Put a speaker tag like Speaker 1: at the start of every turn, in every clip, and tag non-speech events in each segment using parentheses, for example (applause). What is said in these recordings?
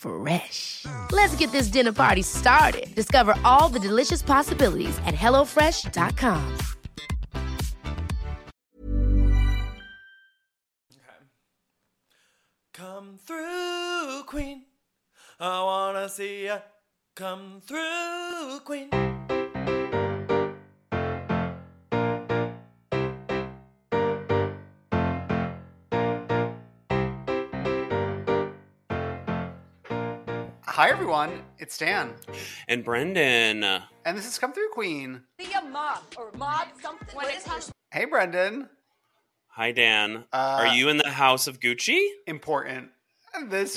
Speaker 1: Fresh. Let's get this dinner party started. Discover all the delicious possibilities at hellofresh.com.
Speaker 2: Come through, Queen. I wanna see ya. Come through, Queen.
Speaker 3: Hi, everyone. It's Dan.
Speaker 4: And Brendan, uh,
Speaker 3: And this is Come Through Queen.
Speaker 5: Be a mob or mob something. What is hum-
Speaker 3: Hey, Brendan.
Speaker 4: hi Dan.
Speaker 3: Uh,
Speaker 4: Are you in the house of Gucci?
Speaker 3: Important. This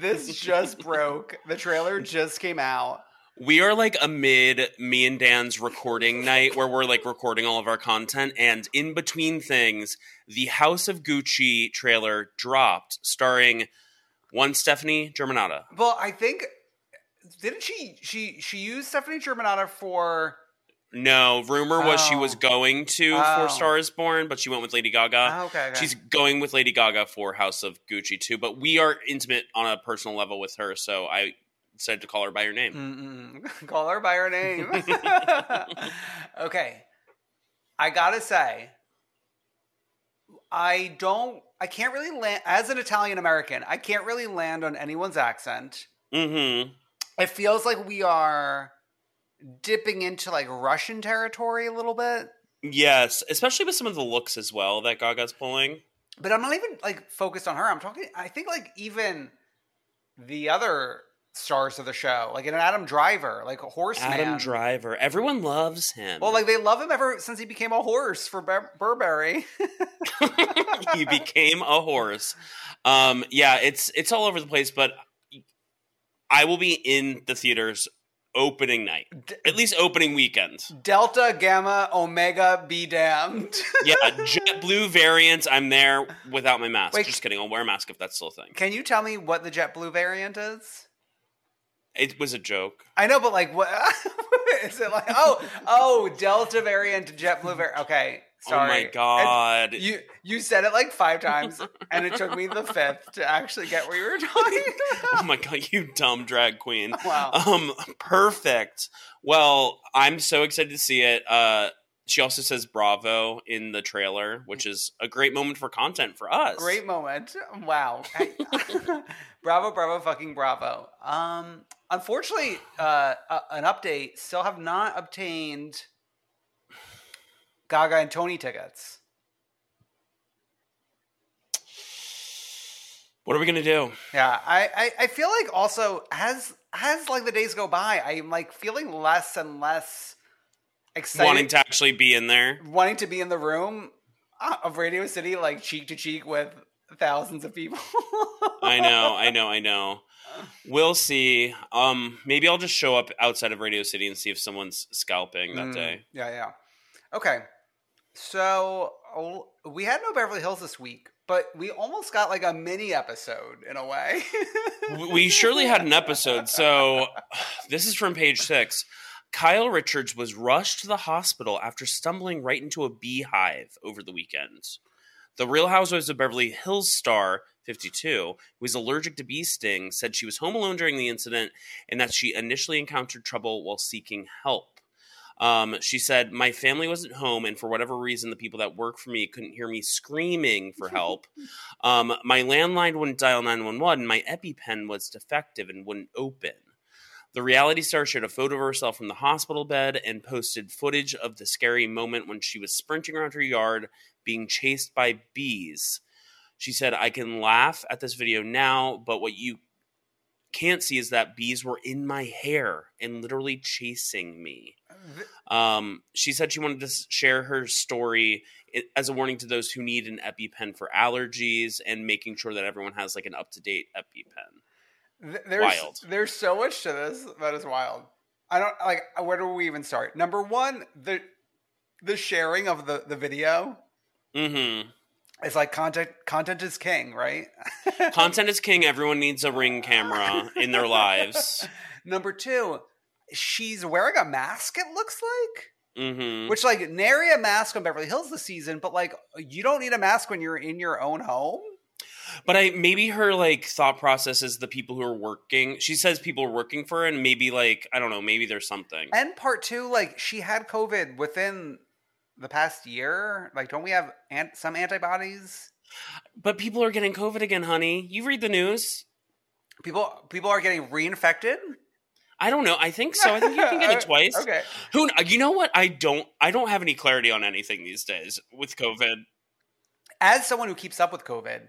Speaker 3: (laughs) This just broke. The trailer just came out.
Speaker 4: We are like amid me and Dan's recording night where we're like recording all of our content. And in between things, the House of Gucci trailer dropped, starring one Stephanie Germanata.
Speaker 3: Well, I think didn't she she she used Stephanie Germanata for
Speaker 4: No, rumor was she was
Speaker 3: Oh.
Speaker 4: going to
Speaker 3: Oh.
Speaker 4: for Star is Born, but she went with Lady Gaga.
Speaker 3: Oh, okay, okay.
Speaker 4: She's going with Lady Gaga for House of Gucci too, but we are intimate on a personal level with her, so I said to call her by her name.
Speaker 3: Mm-mm. Mm, (laughs) Call her by her name. (laughs) okay. I gotta say, I don't, I can't really land, as an Italian American, I can't really land on anyone's accent.
Speaker 4: Mm-hmm.
Speaker 3: It feels like we are dipping into like Russian territory a little bit,
Speaker 4: Yes, especially with some of the looks as well that Gaga's pulling.
Speaker 3: but I'm not even like focused on her. I'm talking, I think like even the other stars of the show, like an Adam Driver, like a horseman.
Speaker 4: Adam Driver, everyone loves him.
Speaker 3: Well, like they love him ever since he became a horse for Bur- Burberry.
Speaker 4: (laughs)
Speaker 3: (laughs)
Speaker 4: he became a horse. Um, yeah, it's it's all over the place, but I will be in the theaters opening night, at least opening weekend.
Speaker 3: Delta, Gamma, Omega, be damned. (laughs)
Speaker 4: Yeah, JetBlue variant. I'm there without my mask.
Speaker 3: Wait.
Speaker 4: Just kidding. I'll wear a mask if that's still a thing.
Speaker 3: Can you tell me what the JetBlue variant is?
Speaker 4: It was a joke.
Speaker 3: I know, but like, what (laughs) is it like? Oh, oh, Delta variant, JetBlue variant. Okay, sorry.
Speaker 4: Oh my
Speaker 3: And
Speaker 4: god.
Speaker 3: you you said it like five times, and it took me the fifth to actually get what you were
Speaker 4: (laughs) oh
Speaker 3: talking.
Speaker 4: my god, you dumb drag queen.
Speaker 3: (laughs) Wow.
Speaker 4: Um, perfect. Well, I'm so excited to see it. Uh, she also says bravo in the trailer, which is a great moment for content for us.
Speaker 3: Great moment! Wow, Hey. (laughs) bravo, bravo, fucking bravo. Um, unfortunately, uh, uh, an update still have not obtained Gaga and Tony tickets.
Speaker 4: What are we gonna do?
Speaker 3: Yeah, I, I, I feel like also as as like the days go by, I'm like feeling less and less excited,
Speaker 4: Wanting to actually be in there?
Speaker 3: wanting to be in the room uh, of Radio City, like cheek to cheek with thousands of people. (laughs)
Speaker 4: I know, I know, I know. We'll see. Um, maybe I'll just show up outside of Radio City and see if someone's scalping that
Speaker 3: Mm,
Speaker 4: day.
Speaker 3: Yeah, yeah. Okay, so oh, we had no Beverly Hills this week, but we almost got like a mini episode in a way. (laughs)
Speaker 4: (sighs) W- We surely had an episode. So this is from page six. Kyle Richards was rushed to the hospital after stumbling right into a beehive over the weekend. The Real Housewives of Beverly Hills star, 52, who is allergic to bee stings, said she was home alone during the incident and that she initially encountered trouble while seeking help. Um, she said, My family wasn't home, and for whatever reason, the people that work for me couldn't hear me screaming for help. um, my landline wouldn't dial 911. My EpiPen was defective and wouldn't open. The reality star shared a photo of herself from the hospital bed and posted footage of the scary moment when she was sprinting around her yard being chased by bees. She said, I can laugh at this video now, but what you can't see is that bees were in my hair and literally chasing me. Um, she said she wanted to s- share her story i- as a warning to those who need an EpiPen for allergies and making sure that everyone has like an up to date EpiPen.
Speaker 3: Th- There's,
Speaker 4: Wild.
Speaker 3: There's so much to this that is wild. I don't like. Where do we even start? Number one, the the sharing of the the video
Speaker 4: Mm-hmm.
Speaker 3: is like content. Content is king, right? (laughs)
Speaker 4: Content is king. Everyone needs a ring camera in their lives.
Speaker 3: Number two, she's wearing a mask. It looks like.
Speaker 4: Mm-hmm.
Speaker 3: Which like nary a mask on Beverly Hills this season, but like you don't need a mask when you're in your own home.
Speaker 4: But I maybe her like thought process is the people who are working. She says people are working for her, and maybe like I don't know. Maybe there's something.
Speaker 3: And part two, like she had COVID within the past year. Like, don't we have an- some antibodies?
Speaker 4: But people are getting COVID again, honey. You read the news.
Speaker 3: People people are getting reinfected.
Speaker 4: I don't know. I think so. I think you can get it twice.
Speaker 3: (laughs) Okay.
Speaker 4: Who kn- you know what? I don't. I don't have any clarity on anything these days with COVID.
Speaker 3: As someone who keeps up with COVID,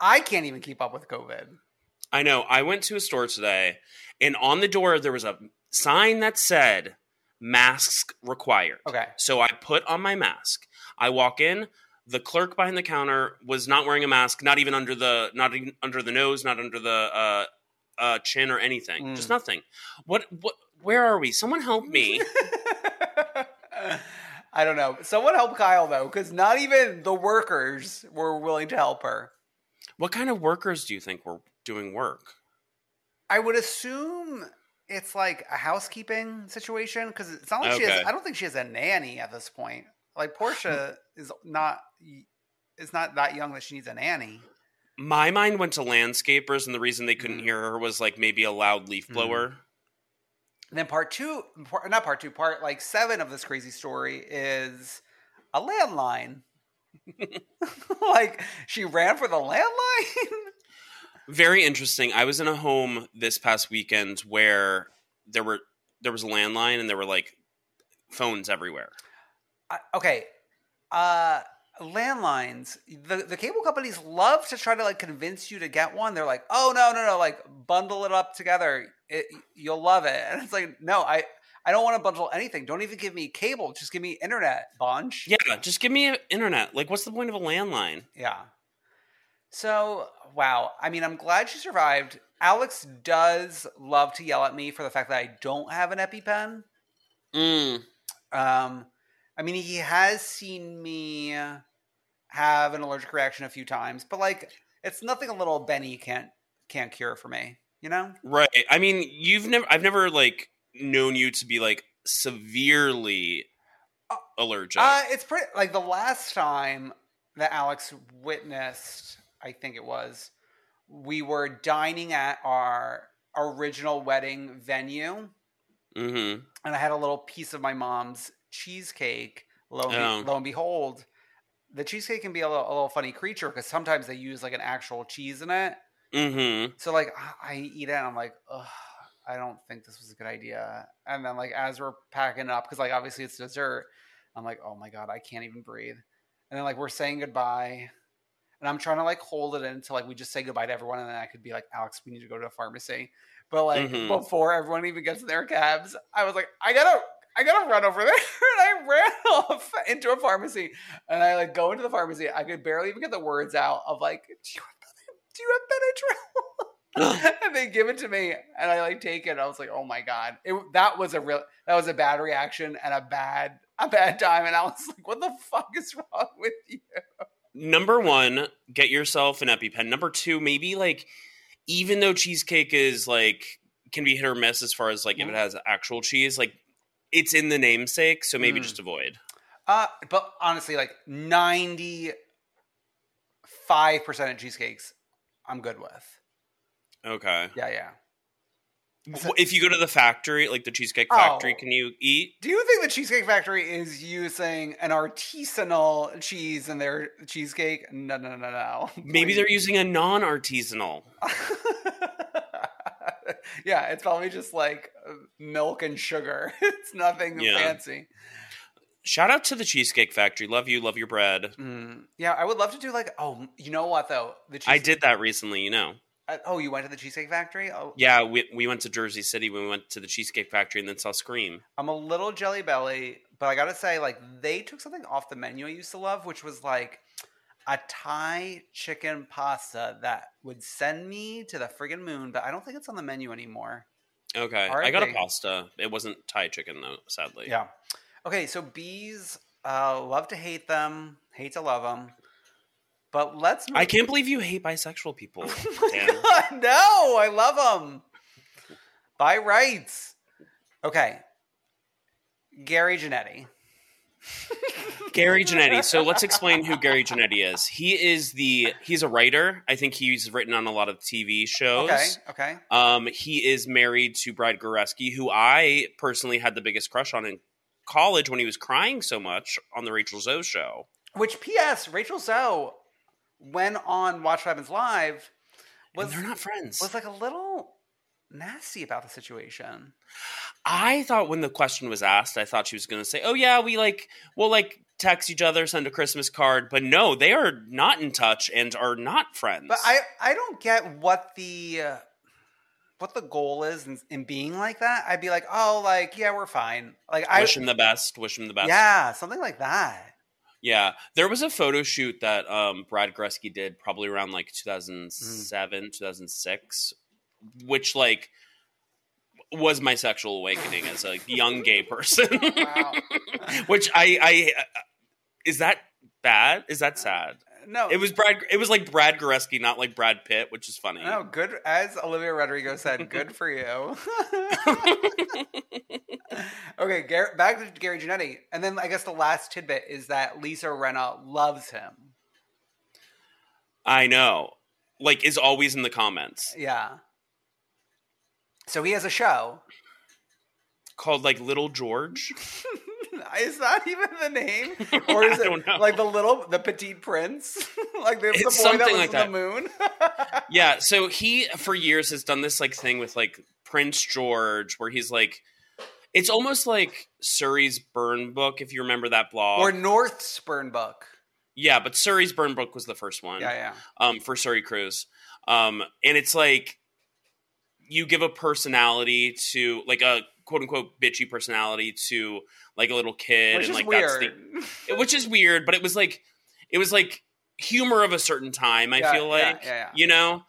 Speaker 3: I can't even keep up with COVID. (laughs)
Speaker 4: I know. I went to a store today, and on the door there was a sign that said "masks required."
Speaker 3: Okay.
Speaker 4: So I put on my mask. I walk in. The clerk behind the counter was not wearing a mask, not even under the not even under the nose, not under the uh, uh, chin or anything. Just
Speaker 3: Hmm.
Speaker 4: nothing. What? What? Where are we? Someone
Speaker 3: (laughs)
Speaker 4: help me.
Speaker 3: I don't know. Someone help Kyle though, because not even the workers were willing to help her.
Speaker 4: what kind of workers do you think were doing work?
Speaker 3: I would assume it's like a housekeeping situation because it's not like she has.
Speaker 4: Okay.
Speaker 3: I don't think she has a nanny at this point. Like Portia is not is not that young that she needs a nanny.
Speaker 4: My mind went to landscapers, and the reason they couldn't hear her was like maybe a loud leaf blower.
Speaker 3: And then part two, part, not part two, part like seven of this crazy story is a landline. (laughs) like she ran for the landline. (laughs)
Speaker 4: Very interesting. I was in a home this past weekend where there were there was a landline and there were like phones everywhere.
Speaker 3: I- okay uh landlines the the cable companies love to try to like convince you to get one they're like oh no no no like bundle it up together it, you'll love it and it's like no i i don't want to bundle anything don't even give me cable just give me internet bunch
Speaker 4: Yeah, just give me internet. Like, what's the point of a landline?
Speaker 3: yeah so wow i mean i'm glad she survived alex does love to yell at me for the fact that i don't have an epipen
Speaker 4: Mm.
Speaker 3: Um, I mean, he has seen me have an allergic reaction a few times, but like, it's nothing a little Benny can't can't cure for me. You know?
Speaker 4: Right. I mean, you've never. I've never like known you to be like severely allergic.
Speaker 3: Uh, it's pretty like the last time that Alex witnessed, I think it was, we were dining at our original wedding venue,
Speaker 4: mm-hmm.
Speaker 3: and I had a little piece of my mom's cheesecake. Lo and, be-
Speaker 4: Oh.
Speaker 3: lo and behold, the cheesecake can be a little, a little funny creature because sometimes they use like an actual cheese in it.
Speaker 4: Mm-hmm.
Speaker 3: So like I- I eat it and I'm like, Ugh, I don't think this was a good idea. And then like as we're packing up, because like obviously it's dessert, I'm like, oh my god, I can't even breathe. And then like we're saying goodbye, and I'm trying to like hold it in until like we just say goodbye to everyone, and then I could be like, Alex, we need to go to a pharmacy. But like
Speaker 4: Mhm.
Speaker 3: before everyone even gets in their cabs, I was like, I gotta. I gotta run over there, (laughs) and I ran off into a pharmacy, and I like go into the pharmacy. I could barely even get the words out of like, do you have, do you have Benadryl? (laughs) and they give it to me and i like take it and i was like oh my god it, that was a real that was a bad reaction and a bad a bad time and i was like what the fuck is wrong with you
Speaker 4: number one, get yourself an EpiPen. Number two, maybe like even though cheesecake is like can be hit or miss as far as like if it has actual cheese, like it's in the namesake, so maybe just avoid.
Speaker 3: Uh, but honestly, like 95% of cheesecakes, I'm good with.
Speaker 4: Okay.
Speaker 3: Yeah, yeah.
Speaker 4: W- if you go to the factory, like the cheesecake factory,
Speaker 3: Oh.
Speaker 4: can you eat?
Speaker 3: Do you think the Cheesecake Factory is using an artisanal cheese in their cheesecake? No, no, no, no.
Speaker 4: Maybe they're using a non-artisanal.
Speaker 3: (laughs) yeah, it's probably just like milk and sugar. (laughs) It's nothing
Speaker 4: Yeah.
Speaker 3: fancy.
Speaker 4: Shout out to the Cheesecake Factory. Love you. Love your bread.
Speaker 3: Mm. Yeah, I would love to do like oh, you know what though? The cheese-
Speaker 4: I did that recently. You know.
Speaker 3: I- oh, you went to the Cheesecake Factory? Oh,
Speaker 4: Yeah, we we went to Jersey City. We went to the Cheesecake Factory and then saw Scream.
Speaker 3: I'm a little jelly belly, but I gotta say, like they took something off the menu I used to love, which was like a Thai chicken pasta that would send me to the friggin' moon. But I don't think it's on the menu anymore.
Speaker 4: Okay,
Speaker 3: Are
Speaker 4: I got
Speaker 3: they?
Speaker 4: a pasta. It wasn't Thai chicken though, sadly.
Speaker 3: Yeah. Okay, so bees, uh, love to hate them, hate to love them. But let's.
Speaker 4: I can't believe you hate bisexual
Speaker 3: (laughs)
Speaker 4: people. Dan.
Speaker 3: no, I love them. By rights. Okay. Gary Janetti.
Speaker 4: Gary Janetti. So let's explain who Gary Janetti is. He is the he's a writer. I think he's written on a lot of TV shows.
Speaker 3: Okay. Okay.
Speaker 4: Um, he is married to Bride Goreski, who I personally had the biggest crush on in college when he was crying so much on the Rachel Zoe show.
Speaker 3: Which, P.S. Rachel Zoe, when on Watch What Happens Live,
Speaker 4: And
Speaker 3: was
Speaker 4: they're not friends.
Speaker 3: was like a little nasty about the situation.
Speaker 4: I thought when the question was asked, I thought she was going to say, "Oh yeah, we like we'll like text each other, send a Christmas card," but no, they are not in touch and are not friends.
Speaker 3: But I I don't get what the uh, what the goal is in, in being like that. I'd be like, oh, like yeah, we're fine. Like I
Speaker 4: wish him the best. Wish him the best.
Speaker 3: yeah, something like that.
Speaker 4: Yeah, there was a photo shoot that um, Brad Goreski did probably around
Speaker 3: Mm.
Speaker 4: like 2007, 2006, which like was my sexual awakening as a young gay person.
Speaker 3: (laughs) Wow.
Speaker 4: (laughs) which I, I uh, is that bad? Is that sad?
Speaker 3: No,
Speaker 4: It was Brad. It was like Brad Goreski, not like Brad Pitt, which is funny.
Speaker 3: no good. As Olivia Rodrigo said, good for
Speaker 4: (laughs)
Speaker 3: you. okay, Gar- back to Gary Janetti, and then I guess the last tidbit is that Lisa Renna loves him.
Speaker 4: I know. Like is always in the comments
Speaker 3: Yeah. So he has a show.
Speaker 4: called like Little George.
Speaker 3: (laughs) Is that even the
Speaker 4: (laughs)
Speaker 3: name, or is
Speaker 4: I
Speaker 3: it
Speaker 4: don't know.
Speaker 3: like the little the Petite Prince, (laughs) like the, the
Speaker 4: It's
Speaker 3: boy that
Speaker 4: something
Speaker 3: lives
Speaker 4: like
Speaker 3: on the moon?
Speaker 4: Yeah, so he for years has done this like thing with like Prince George, where he's like, it's almost like Surrey's Burn Book, if you remember that blog.
Speaker 3: or North Spurn Book?
Speaker 4: yeah, but Surrey's Burn Book was the first one.
Speaker 3: Yeah, yeah.
Speaker 4: Um, for Surrey Cruise, um, and it's like you give a personality to like a quote unquote bitchy personality to like a little kid,
Speaker 3: Which is
Speaker 4: and like
Speaker 3: weird.
Speaker 4: that's the it- (laughs) which is weird, but it was like it was like humor of a certain time. I
Speaker 3: Yeah,
Speaker 4: feel
Speaker 3: yeah,
Speaker 4: like
Speaker 3: yeah, yeah.
Speaker 4: you know.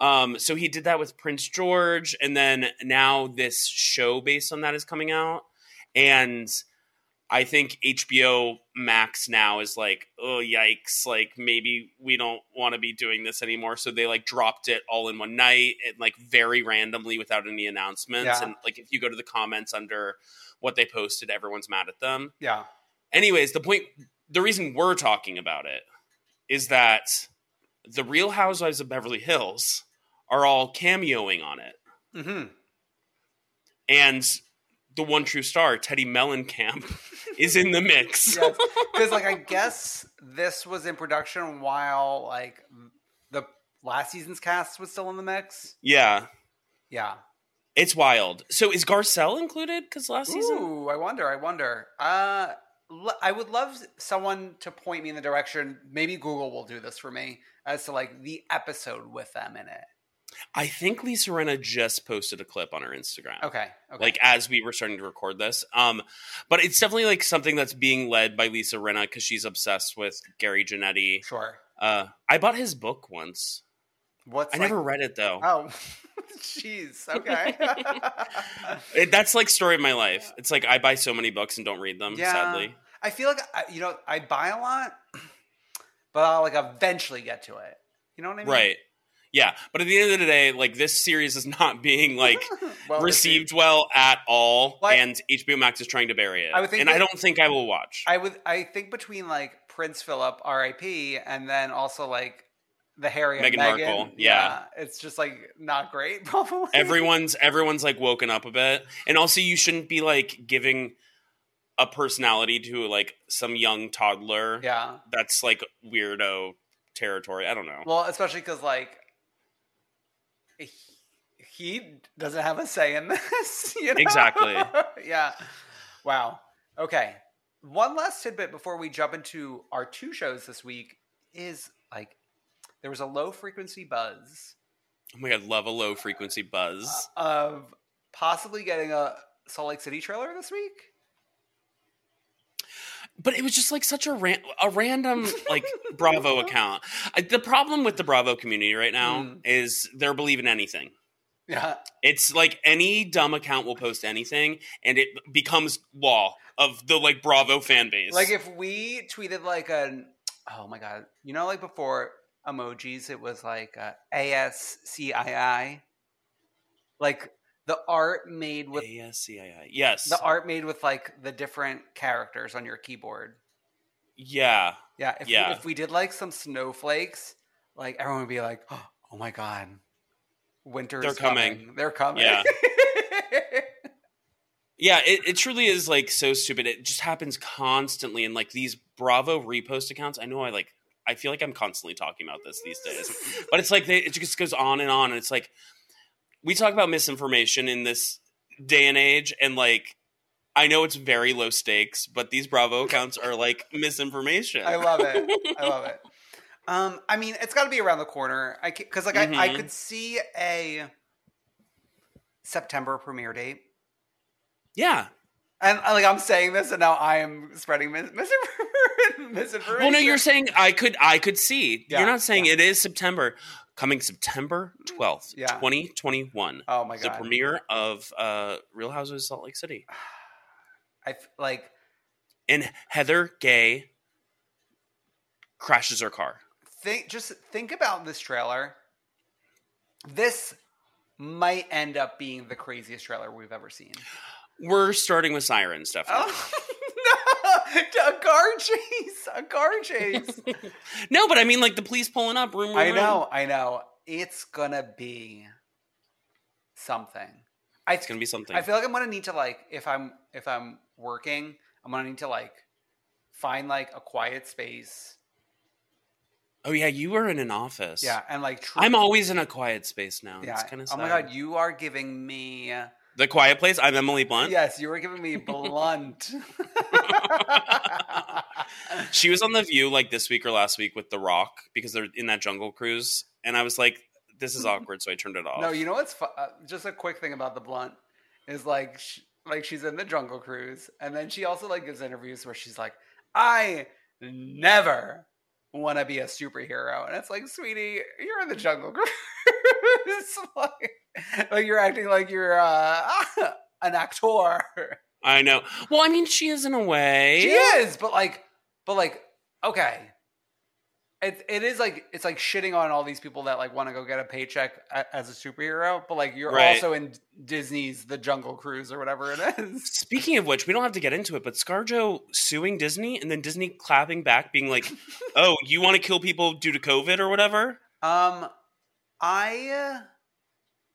Speaker 4: Um, so he did that with Prince George, and then now this show based on that is coming out, and I think HBO Max now is like, oh yikes, like maybe we don't want to be doing this anymore. So they like dropped it all in one night and like very randomly without any announcements.
Speaker 3: Yeah.
Speaker 4: And like if you go to the comments under what they posted, everyone's mad at them
Speaker 3: yeah.
Speaker 4: anyways, the point, the reason we're talking about it is that the Real Housewives of Beverly Hills are all cameoing on it,
Speaker 3: hmm
Speaker 4: and the one true star, Teddy Mellencamp, (laughs) is in
Speaker 3: (laughs)
Speaker 4: the mix.
Speaker 3: Because like I guess this was in production while like the last season's cast was still in the mix.
Speaker 4: Yeah,
Speaker 3: Yeah.
Speaker 4: it's wild. So is Garcelle included? Because last season,
Speaker 3: Ooh, I wonder. I wonder. Uh, l- I would love s- someone to point me in the direction. Maybe Google will do this for me as to like the episode with them in it.
Speaker 4: I think Lisa Renna just posted a clip on her Instagram.
Speaker 3: Okay. Okay.
Speaker 4: Like as we were starting to record this, um, but it's definitely like something that's being led by Lisa Renna because she's obsessed with Gary Janetti.
Speaker 3: sure.
Speaker 4: Uh, I bought his book once.
Speaker 3: What's
Speaker 4: I never read it though.
Speaker 3: (laughs) Oh, jeez.
Speaker 4: (laughs)
Speaker 3: Okay. (laughs)
Speaker 4: It- that's like story of my life. It's like I buy so many books and don't read them. Sadly,
Speaker 3: I feel like I, you know I buy a lot, but I'll like eventually get to it. You know what I mean?
Speaker 4: right? Yeah, but at the end of the day, like this series is (laughs) not being like
Speaker 3: (laughs) Well received.
Speaker 4: received well at all,
Speaker 3: Well, I-
Speaker 4: and HBO Max is trying to bury it.
Speaker 3: I would think
Speaker 4: and
Speaker 3: that-
Speaker 4: I don't think I will watch.
Speaker 3: I would. I think between like Prince Philip, R.I.P., and then also like the Harry and
Speaker 4: Meghan
Speaker 3: Meghan.
Speaker 4: Markle, yeah.
Speaker 3: it's just like not great. (laughs) Probably
Speaker 4: everyone's everyone's like woken up a bit, and also you shouldn't be like giving a personality to like some young toddler.
Speaker 3: Yeah.
Speaker 4: that's like weirdo territory. I don't know.
Speaker 3: Well, (laughs) especially because like he, he doesn't have a say in (laughs) this. You know?
Speaker 4: Exactly.
Speaker 3: (laughs) yeah. Wow. Okay. One last tidbit before we jump into our two shows this week is like there was a low frequency buzz
Speaker 4: oh my god, love a low frequency
Speaker 3: Uh,
Speaker 4: buzz.
Speaker 3: of possibly getting a Salt Lake City trailer this week.
Speaker 4: but it was just like such a ran- a random
Speaker 3: (laughs)
Speaker 4: like Bravo account. I, the problem with the Bravo community right now
Speaker 3: Hmm.
Speaker 4: is they're believing anything.
Speaker 3: Yeah.
Speaker 4: It's like any dumb account will post anything, and it becomes law of the like Bravo fan
Speaker 3: (laughs)
Speaker 4: base.
Speaker 3: Like if we tweeted like an oh my god, you know, like before emojis, it was like uh, ASCII, like the art made with
Speaker 4: ASCII. Yes.
Speaker 3: the art made with like the different characters on your keyboard.
Speaker 4: yeah.
Speaker 3: Yeah, if
Speaker 4: Yeah.
Speaker 3: We, if we did like some snowflakes, like everyone would be like, oh my god, winter's
Speaker 4: They're coming.
Speaker 3: They're coming.
Speaker 4: Yeah. Yeah, it, it truly is like so stupid. It just happens constantly in like these Bravo repost accounts. I know I like I feel like I'm constantly talking about this these days. but it's like they, it just goes on and on and it's like we talk about misinformation in this day and age and like I know it's very low stakes, but these Bravo accounts are like misinformation.
Speaker 3: (laughs) I love it. I love
Speaker 4: (laughs)
Speaker 3: it. Um, I mean, it's got to be around the corner. I because like I, I
Speaker 4: Mhm.
Speaker 3: could see a September premiere date,
Speaker 4: yeah.
Speaker 3: and uh, like I'm saying this, and now I am spreading mis- (laughs) misinformation. (laughs) misinformation.
Speaker 4: Well, no, you're saying I could I could see.
Speaker 3: Yeah,
Speaker 4: you're not saying it is September coming September 12th,
Speaker 3: Yeah.
Speaker 4: 2021.
Speaker 3: Oh my
Speaker 4: It's the
Speaker 3: God.
Speaker 4: premiere of uh, Real Houses of Salt Lake City.
Speaker 3: I f- like
Speaker 4: And Heather Gay crashes her car.
Speaker 3: think just think about this trailer. This might end up being the craziest trailer we've ever seen.
Speaker 4: We're starting with sirens, (laughs) definitely.
Speaker 3: Oh. no, a car chase, a car chase.
Speaker 4: No, but I mean, like the police pulling up. Room, room,
Speaker 3: I
Speaker 4: room.
Speaker 3: know, I know. It's gonna be something. I,
Speaker 4: It's gonna be something.
Speaker 3: I feel like I'm gonna need to like if I'm if I'm working, I'm gonna need to like find like a quiet space.
Speaker 4: oh yeah, you were in an office.
Speaker 3: Yeah, and like tr-
Speaker 4: I'm always in a quiet space now.
Speaker 3: yeah.
Speaker 4: It's kind of
Speaker 3: oh my god, you are giving me
Speaker 4: the quiet place. I'm Emily Blunt.
Speaker 3: yes, you were giving me blunt.
Speaker 4: She was on The View like this week or last week with The Rock because they're in that jungle cruise. And I was like, this is awkward. So I turned it off.
Speaker 3: Mm-hmm. no, you know what's fu- uh, just a quick thing about the blunt is like sh- like she's in the Jungle Cruise, and then she also like gives interviews where she's like, I never want to be a superhero, and it's like, sweetie, you're in the Jungle (laughs) Cruise, like, like you're acting like you're uh, (laughs) an actor.
Speaker 4: I know. Well, I mean, she is in a way.
Speaker 3: She is, but like, but like, okay. It, it is like it's like shitting on all these people that like want to go get a paycheck a, as a superhero, but like you're
Speaker 4: Right.
Speaker 3: also in Disney's The Jungle Cruise or whatever it is.
Speaker 4: Speaking of which, we don't have to get into it, but ScarJo suing Disney and then Disney clapping back, being
Speaker 3: (laughs)
Speaker 4: like, oh, you want to kill people due to COVID or whatever?
Speaker 3: Um, I uh,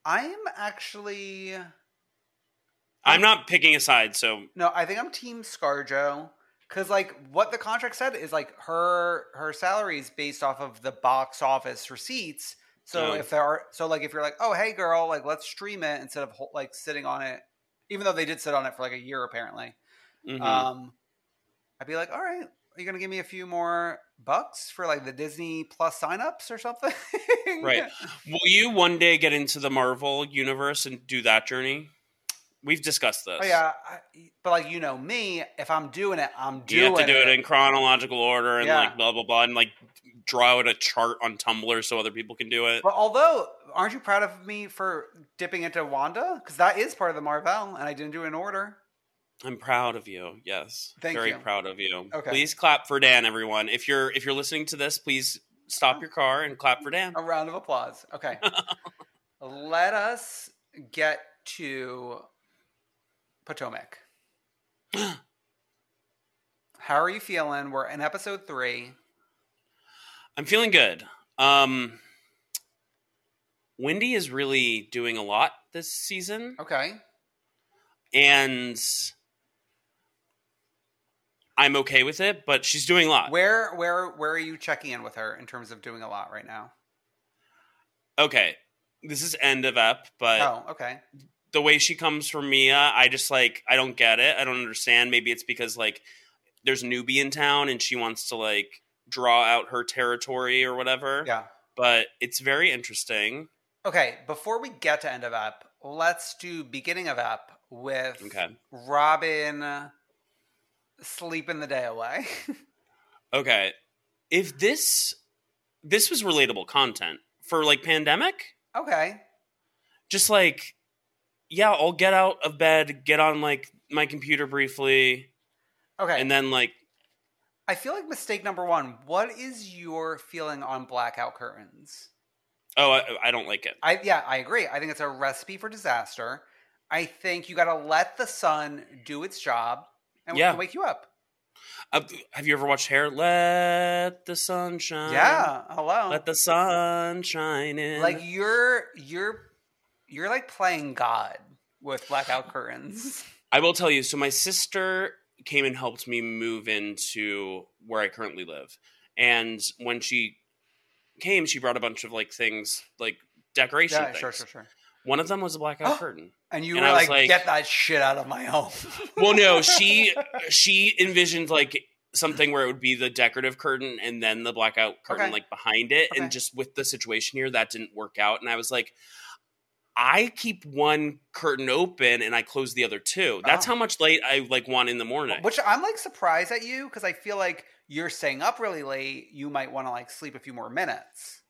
Speaker 3: I am actually
Speaker 4: I'm not picking a side. So,
Speaker 3: no, I think I'm Team ScarJo because like what the contract said is like her her salary is based off of the box office receipts. So
Speaker 4: Oh.
Speaker 3: if there are so like if you're like, oh hey girl, like let's stream it instead of hol- like sitting on it, even though they did sit on it for like a year apparently.
Speaker 4: mhm.
Speaker 3: Um, I'd be like, all right, are you gonna give me a few more bucks for like the Disney Plus signups or something? (laughs)
Speaker 4: right. Will you one day get into the Marvel universe and do that journey? We've discussed this.
Speaker 3: Oh, yeah, I, but like you know me, if I'm doing it, I'm doing
Speaker 4: you have to do it in chronological order and
Speaker 3: Yeah.
Speaker 4: like blah blah blah and like draw out a chart on Tumblr so other people can do it.
Speaker 3: But although, aren't you proud of me for dipping into Wanda? Because that is part of the Marvel, and I didn't do it in order.
Speaker 4: I'm proud of you. Yes,
Speaker 3: Thank
Speaker 4: very
Speaker 3: you.
Speaker 4: proud of you.
Speaker 3: Okay.
Speaker 4: Please clap for Dan, everyone. If you're if you're listening to this, please stop your car and clap for Dan.
Speaker 3: A round of applause. Okay. Let us get to Potomac. How are you feeling? We're in episode three.
Speaker 4: I'm feeling good. Um, Wendy is really doing a lot this season,
Speaker 3: Okay.
Speaker 4: and I'm okay with it. But she's doing a lot.
Speaker 3: Where where where are you checking in with her in terms of doing a lot right now?
Speaker 4: okay, this is end of up, but
Speaker 3: Oh, okay.
Speaker 4: the way she comes from Mia, I just like I don't get it. I don't understand. Maybe it's because like there's a newbie in town and she wants to like draw out her territory or whatever.
Speaker 3: Yeah.
Speaker 4: But it's very interesting.
Speaker 3: Okay, before we get to end of up, let's do beginning of up with
Speaker 4: Okay.
Speaker 3: Robin sleeping the day away. (laughs)
Speaker 4: Okay. If this this was relatable content for like pandemic,
Speaker 3: okay.
Speaker 4: just like yeah, I'll get out of bed, get on like my computer briefly,
Speaker 3: Okay.
Speaker 4: and then like
Speaker 3: I feel like mistake number one. What is your feeling on blackout curtains?
Speaker 4: oh, I, I don't like it.
Speaker 3: I yeah, I agree. I think it's a recipe for disaster. I think you got to let the sun do its job and
Speaker 4: Yeah.
Speaker 3: wake you up.
Speaker 4: Uh, have you ever watched Hair? Let the sunshine.
Speaker 3: yeah, hello.
Speaker 4: Um, Let the sun shine in.
Speaker 3: Oh. like you're you're you're like playing God with blackout curtains. (laughs)
Speaker 4: I will tell you. So my sister came and helped me move into where I currently live, and when she came, she brought a bunch of like things, like decoration
Speaker 3: yeah,
Speaker 4: things.
Speaker 3: sure, sure, sure. Oh.
Speaker 4: One of them was a blackout curtain.
Speaker 3: And you
Speaker 4: And
Speaker 3: were
Speaker 4: I was
Speaker 3: like,
Speaker 4: like-
Speaker 3: "Get that shit out of my
Speaker 4: (laughs)
Speaker 3: home." (laughs)
Speaker 4: Well, no, she she envisioned like something where it would be the decorative curtain and then the blackout curtain
Speaker 3: Okay.
Speaker 4: like behind it,
Speaker 3: Okay.
Speaker 4: and just with the situation here, that didn't work out. And I was like, I keep one curtain open and I close the other two. That's
Speaker 3: Oh.
Speaker 4: how much light I like want in the morning.
Speaker 3: Which I'm like surprised at you because I feel like you're staying up really late. You might want to like sleep a few more minutes.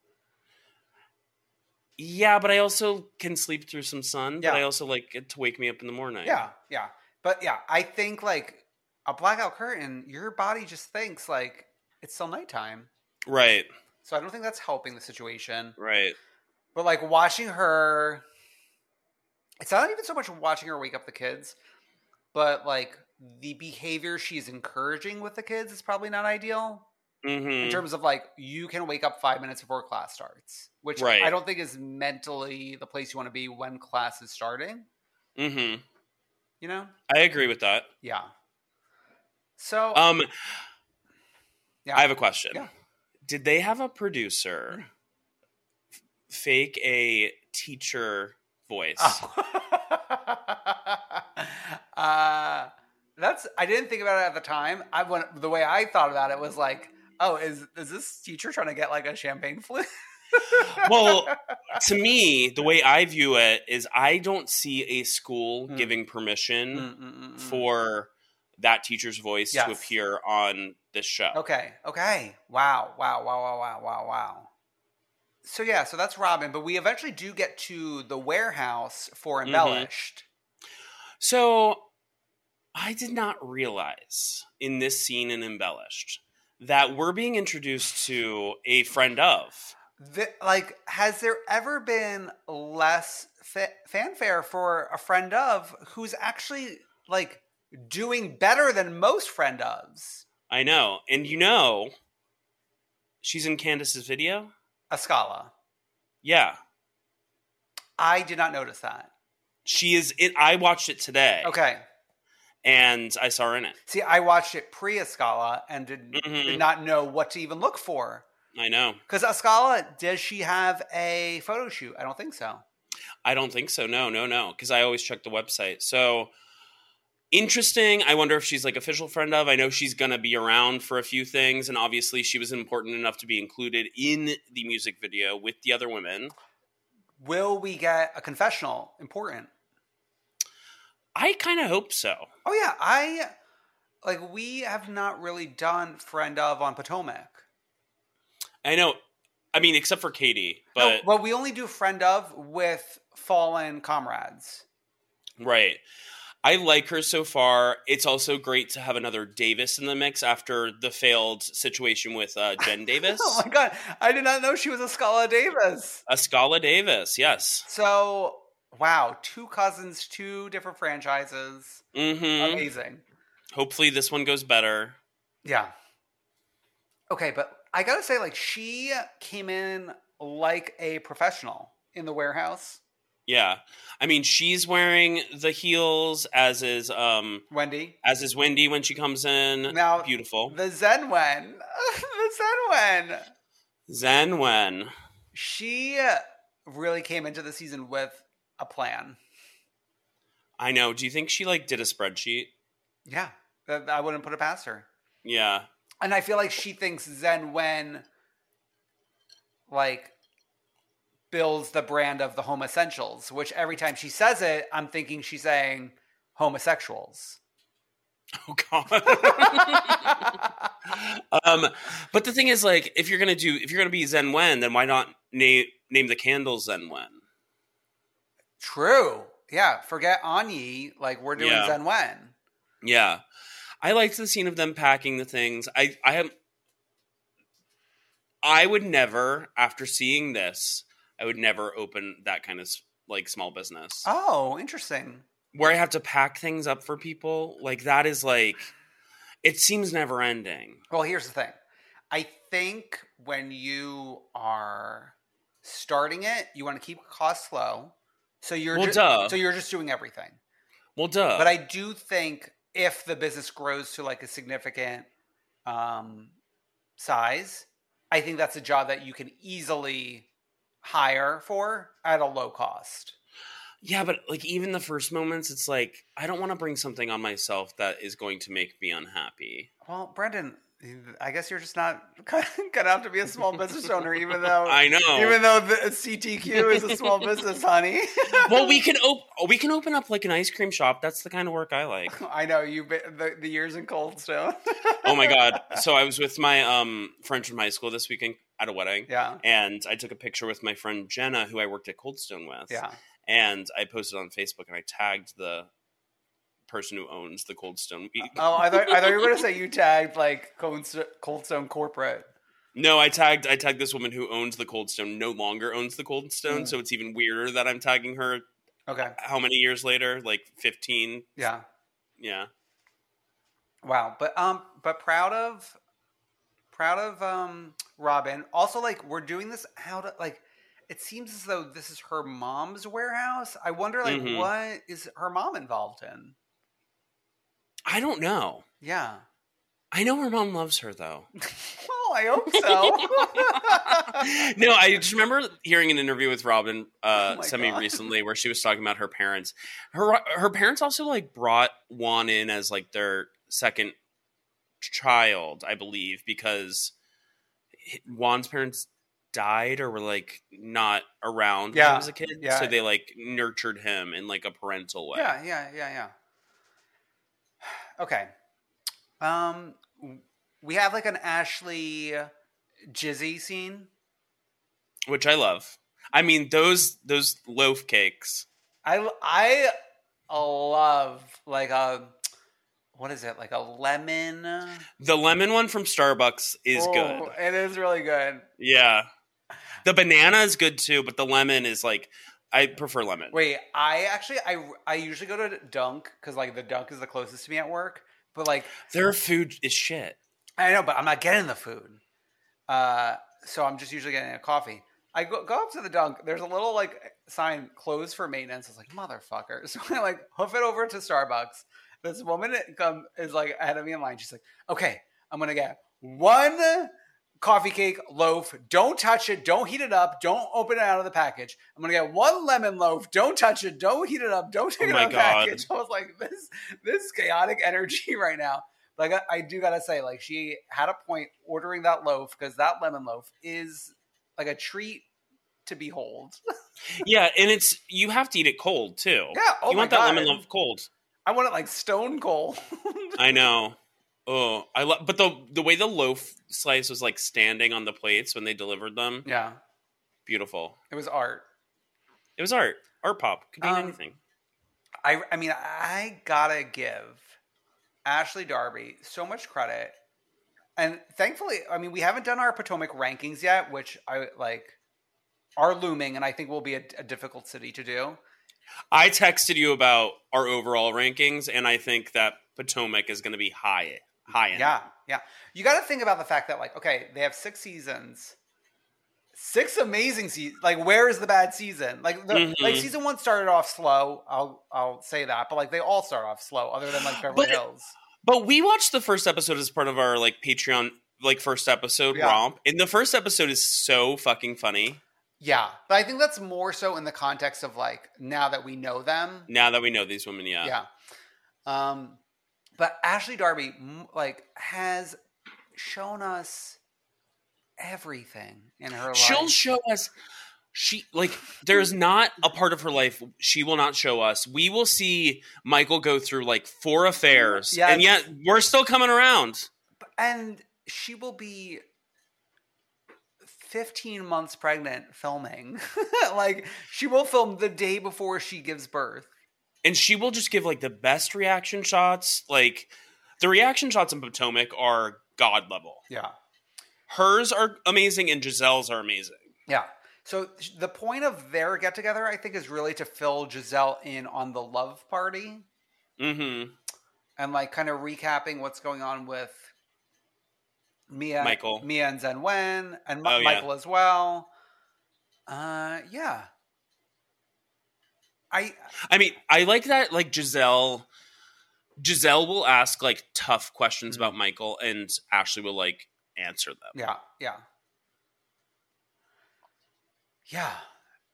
Speaker 4: Yeah, but I also can sleep through some sun. But
Speaker 3: Yeah.
Speaker 4: I also like it to wake me up in the morning.
Speaker 3: Yeah, yeah. But yeah, I think like a blackout curtain, your body just thinks like it's still nighttime.
Speaker 4: Right.
Speaker 3: So I don't think that's helping the situation.
Speaker 4: Right.
Speaker 3: But like watching her, it's not even so much watching her wake up the kids, but like the behavior she's encouraging with the kids is probably not ideal in
Speaker 4: Mm-hmm.
Speaker 3: terms of like you can wake up five minutes before class starts, which
Speaker 4: Right.
Speaker 3: I don't think is mentally the place you want to be when class is starting,
Speaker 4: Mm-hmm.
Speaker 3: you know?
Speaker 4: I agree with that.
Speaker 3: Yeah. So,
Speaker 4: (laughs) Um,
Speaker 3: yeah.
Speaker 4: I have a question.
Speaker 3: Yeah.
Speaker 4: Did they have a producer f- fake a teacher voice?
Speaker 3: (laughs) uh, that's I didn't think about it at the time. I when, the way I thought about it was like, oh, is is this teacher trying to get like a champagne flute?
Speaker 4: Well, to me,
Speaker 3: (laughs)
Speaker 4: the way I view it is, I don't see a school
Speaker 3: Hmm.
Speaker 4: giving permission for that teacher's voice to
Speaker 3: Yes.
Speaker 4: appear on this show.
Speaker 3: okay, okay, wow, wow, wow, wow, wow, wow, wow. So yeah, so that's Robin, but we eventually do get to the warehouse for embellished.
Speaker 4: So I did not realize in this scene in Embellished that we're being introduced to a friend of.
Speaker 3: The, like, has there ever been less fa- fanfare for a friend of who's actually like doing better than most friend ofs?
Speaker 4: I know. And you know, she's in Candace's video.
Speaker 3: Ascala.
Speaker 4: Yeah.
Speaker 3: I did not notice that.
Speaker 4: She is in I watched it today.
Speaker 3: Okay.
Speaker 4: And I saw her in it.
Speaker 3: See, I watched it pre Ascala and did,
Speaker 4: Mhm.
Speaker 3: did not know what to even look for.
Speaker 4: I know.
Speaker 3: Because Ascala, uh, does she have a photo shoot? I don't think so.
Speaker 4: I don't think so. No, no, no. Because I always check the website. So interesting. I wonder if she's like official friend of. I know she's gonna be around for a few things, and obviously she was important enough to be included in the music video with the other women.
Speaker 3: Will we get a confessional? Important.
Speaker 4: I kind of hope so.
Speaker 3: Oh, yeah. I like, we have not really done friend of on Potomac.
Speaker 4: I know. I mean, except for Katie,
Speaker 3: No,
Speaker 4: but
Speaker 3: well, we only do friend of with fallen comrades. (laughs)
Speaker 4: right. I like her so far. It's also great to have another Davis in the mix after the failed situation with
Speaker 3: (laughs)
Speaker 4: uh, Jen Davis.
Speaker 3: Oh my god, I did not know she was a Scala Davis.
Speaker 4: Ascala Davis, yes.
Speaker 3: So wow, two cousins, two different franchises.
Speaker 4: hmm
Speaker 3: Amazing.
Speaker 4: Hopefully, this one goes better.
Speaker 3: Yeah. Okay, but I gotta say, like, she came in like a professional in the warehouse.
Speaker 4: Yeah, I mean, she's wearing the heels, as is um,
Speaker 3: Wendy.
Speaker 4: as is Wendy when she comes in.
Speaker 3: Now
Speaker 4: beautiful
Speaker 3: The Zen Wen. (laughs) the Zen Wen.
Speaker 4: Zen Wen.
Speaker 3: She really came into the season with a plan.
Speaker 4: I know. Do you think she like did a spreadsheet?
Speaker 3: Yeah. That- I wouldn't put it past her.
Speaker 4: Yeah,
Speaker 3: And I feel like she thinks Zen Wen like builds the brand of the home essentials, which every time she says it, I'm thinking she's saying homosexuals.
Speaker 4: Oh god. (laughs) um, but the thing is, like, if you're gonna do, if you're gonna be Zen Wen, then why not name name the candles Zen Wen?
Speaker 3: True. Yeah. Forget Anyi. Like we're doing
Speaker 4: Yeah.
Speaker 3: Zen Wen.
Speaker 4: Yeah, I liked the scene of them packing the things. I I am. I would never, after seeing this, I would never open that kind of s- like small business
Speaker 3: Oh, interesting.
Speaker 4: where I have to pack things up for people. Like that is like, it seems never ending.
Speaker 3: Well, here's the thing. I think when you are starting it, you want to keep costs low. So you're
Speaker 4: Well,
Speaker 3: ju-
Speaker 4: duh.
Speaker 3: so you're just doing everything.
Speaker 4: Well, duh.
Speaker 3: but I do think if the business grows to like a significant um, size, I think that's a job that you can easily hire for at a low cost.
Speaker 4: Yeah, but like even the first moments, it's like I don't want to bring something on myself that is going to make me unhappy.
Speaker 3: Well, Brendan, I guess you're just not (laughs) cut out to be a small business owner, even (laughs) though
Speaker 4: I know.
Speaker 3: Oh, even though the CTQ is a small business, honey. (laughs)
Speaker 4: well, we can open we can open up like an ice cream shop. That's the kind of work I like.
Speaker 3: I know you. The, the years in Coldstone.
Speaker 4: Oh my god! So I was with my um friend from high school this weekend at a wedding,
Speaker 3: (laughs) yeah,
Speaker 4: and I took a picture with my friend Jenna, who I worked at Coldstone with.
Speaker 3: yeah.
Speaker 4: and I posted on Facebook and I tagged the person who owns the Coldstone. E,
Speaker 3: Oh, I thought I thought you were gonna say you tagged like Coldstone, Coldstone corporate.
Speaker 4: No, I tagged I tagged this woman who owns the Coldstone no longer owns the Coldstone, so it's even weirder that I'm tagging her
Speaker 3: Okay.
Speaker 4: how many years later? Like 15.
Speaker 3: Yeah.
Speaker 4: Yeah.
Speaker 3: Wow, but um, but proud of, proud of um Robin. Also, like we're doing this out of like, it seems as though this is her mom's warehouse. I wonder like
Speaker 4: Mhm.
Speaker 3: what is her mom involved in?
Speaker 4: I don't know.
Speaker 3: Yeah. (laughs)
Speaker 4: I know her mom loves her though.
Speaker 3: Well, I hope
Speaker 4: (laughs)
Speaker 3: so.
Speaker 4: No, I just remember hearing an interview with Robin uh,
Speaker 3: Oh my
Speaker 4: semi
Speaker 3: God.
Speaker 4: recently where she was talking about her parents. Her her parents also like brought Juan in as like their second child, I believe, because Juan's parents died or were like not around when
Speaker 3: Yeah.
Speaker 4: he was a kid,
Speaker 3: Yeah.
Speaker 4: so they like nurtured him in like a parental way.
Speaker 3: yeah, yeah, yeah, yeah. Okay. Um, we have like an Ashley Jizzy scene.
Speaker 4: which I love. I mean those those loaf cakes.
Speaker 3: I I love like a what is it like a lemon
Speaker 4: The lemon one from Starbucks is
Speaker 3: Oh,
Speaker 4: good.
Speaker 3: It is really good.
Speaker 4: Yeah. The banana is good too, but the lemon is like I prefer lemon.
Speaker 3: Wait, I actually I I usually go to Dunk because like the Dunk is the closest to me at work. But like
Speaker 4: Their food is shit.
Speaker 3: I know, but I'm not getting the food. Uh, so I'm just usually getting a coffee. I go, go up to the dunk. There's a little like sign closed for maintenance. I was like, motherfucker. So I (laughs) like hoof it over to Starbucks. This woman come, is like ahead of me in line. She's like, okay, I'm going to get one coffee cake loaf. Don't touch it. Don't heat it up. Don't open it out of the package. I'm going to get one lemon loaf. Don't touch it. Don't heat it up. Don't take
Speaker 4: Oh
Speaker 3: it
Speaker 4: my
Speaker 3: out of the
Speaker 4: God.
Speaker 3: package. (laughs) I was like, this, this chaotic energy (laughs) right now. Like I, I do gotta say, like she had a point ordering that loaf because that lemon loaf is like a treat to behold. (laughs)
Speaker 4: Yeah, and it's you have to eat it cold too.
Speaker 3: Yeah, oh
Speaker 4: you
Speaker 3: my
Speaker 4: want that lemon
Speaker 3: God.
Speaker 4: loaf cold.
Speaker 3: I want it like stone cold. (laughs)
Speaker 4: I know. Oh, I love but the the way the loaf slice was like standing on the plates when they delivered them,
Speaker 3: yeah,
Speaker 4: beautiful.
Speaker 3: it was art.
Speaker 4: It was art. Art pop. Could be
Speaker 3: Um,
Speaker 4: anything.
Speaker 3: I I mean I gotta give Ashley Darby so much credit, and thankfully, I mean we haven't done our Potomac rankings yet, which I like are looming, and I think will be a, a difficult city to do.
Speaker 4: I texted you about our overall rankings, and I think that Potomac is going to be high, high end.
Speaker 3: Yeah, yeah. You got to think about the fact that like okay, they have six seasons. Six amazing seasons. Like, where is the bad season? Like, the, like season one started off slow. I'll I'll say that, but like they all start off slow, other than like Beverly
Speaker 4: But-
Speaker 3: Hills.
Speaker 4: But we watched the first episode as part of our like Patreon like first episode
Speaker 3: Yeah.
Speaker 4: romp, and the first episode is so fucking funny.
Speaker 3: Yeah, but I think that's more so in the context of like now that we know them.
Speaker 4: Now that we know these women, yeah,
Speaker 3: Yeah. Um, but Ashley Darby m- like has shown us everything in her
Speaker 4: she'll
Speaker 3: life.
Speaker 4: show us. She like there's not a part of her life she will not show us. We will see Michael go through like four affairs,
Speaker 3: Yes.
Speaker 4: and yet we're still coming around.
Speaker 3: and she will be 15 months pregnant filming. (laughs) like she will film the day before she gives birth.
Speaker 4: and she will just give like the best reaction shots. Like the reaction shots in Potomac are god level.
Speaker 3: Yeah.
Speaker 4: Hers are amazing, and Giselle's are amazing.
Speaker 3: Yeah. So sh- the point of their get together, I think, is really to fill Giselle in on the love party
Speaker 4: Mm-hmm.
Speaker 3: and like kind of recapping what's going on with Mia,
Speaker 4: Michael.
Speaker 3: Mia and Zen Wen, and Mi-
Speaker 4: Oh, yeah.
Speaker 3: Michael as well. Uh, yeah. I
Speaker 4: I mean, I like that. Like Giselle, Giselle will ask like tough questions about Michael, and Ashley will like answer them.
Speaker 3: Mm. yeah yeah yeah.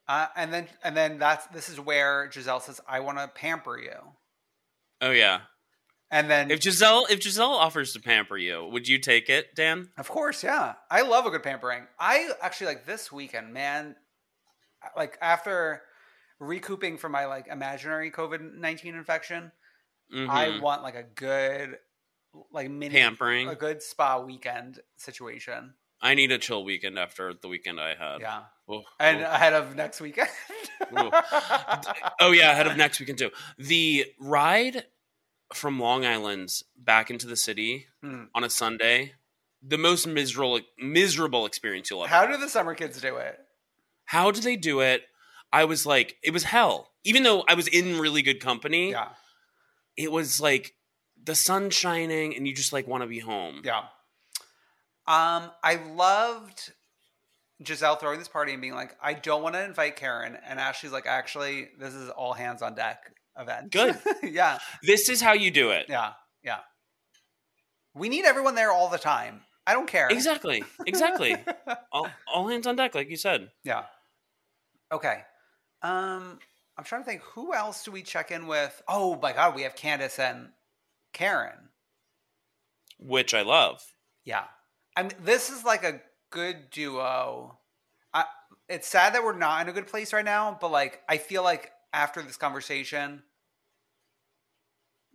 Speaker 3: Uh, and then and then that's this is where Giselle says, "I want to pamper you."
Speaker 4: Oh yeah.
Speaker 3: And then
Speaker 4: If Giselle, if Giselle offers to pamper you, would you take it, Dan?
Speaker 3: Of course, yeah. I love a good pampering. I actually like this weekend, man. uh, Like after recouping from my like imaginary COVID nineteen infection,
Speaker 4: Mhm.
Speaker 3: I want like a good like mini
Speaker 4: Pampering.
Speaker 3: a good spa weekend situation.
Speaker 4: I need a chill weekend after the weekend I had.
Speaker 3: Yeah,
Speaker 4: Oh,
Speaker 3: and uh,
Speaker 4: oh.
Speaker 3: ahead of next weekend.
Speaker 4: (laughs)
Speaker 3: (laughs)
Speaker 4: Ooh. oh yeah, ahead of next weekend too. The ride from Long Island back into the city
Speaker 3: Hmm.
Speaker 4: on a Sunday, the most miserable miserable experience you'll ever.
Speaker 3: How do the summer kids do it?
Speaker 4: How do they do it? I was like, it was hell. Even though I was in really good company,
Speaker 3: Yeah,
Speaker 4: it was like the sun shining and you just like want to be home.
Speaker 3: yeah. Um, I loved Giselle throwing this party and being like, "I don't want to invite Karen," and Ashley's like, "Actually, this is all hands on deck event."
Speaker 4: Good.
Speaker 3: (laughs) yeah.
Speaker 4: This is how you do it.
Speaker 3: Yeah, yeah. We need everyone there all the time. I don't care.
Speaker 4: Exactly.
Speaker 3: (laughs)
Speaker 4: Exactly. all, all hands on deck, like you said.
Speaker 3: Yeah. Okay. Um, I'm trying to think. Who else do we check in with? Oh my God, we have Candace and Karen.
Speaker 4: Which I love.
Speaker 3: Yeah. I mean, this is like a good duo. I, it's sad that we're not in a good place right now, but like, I feel like after this conversation,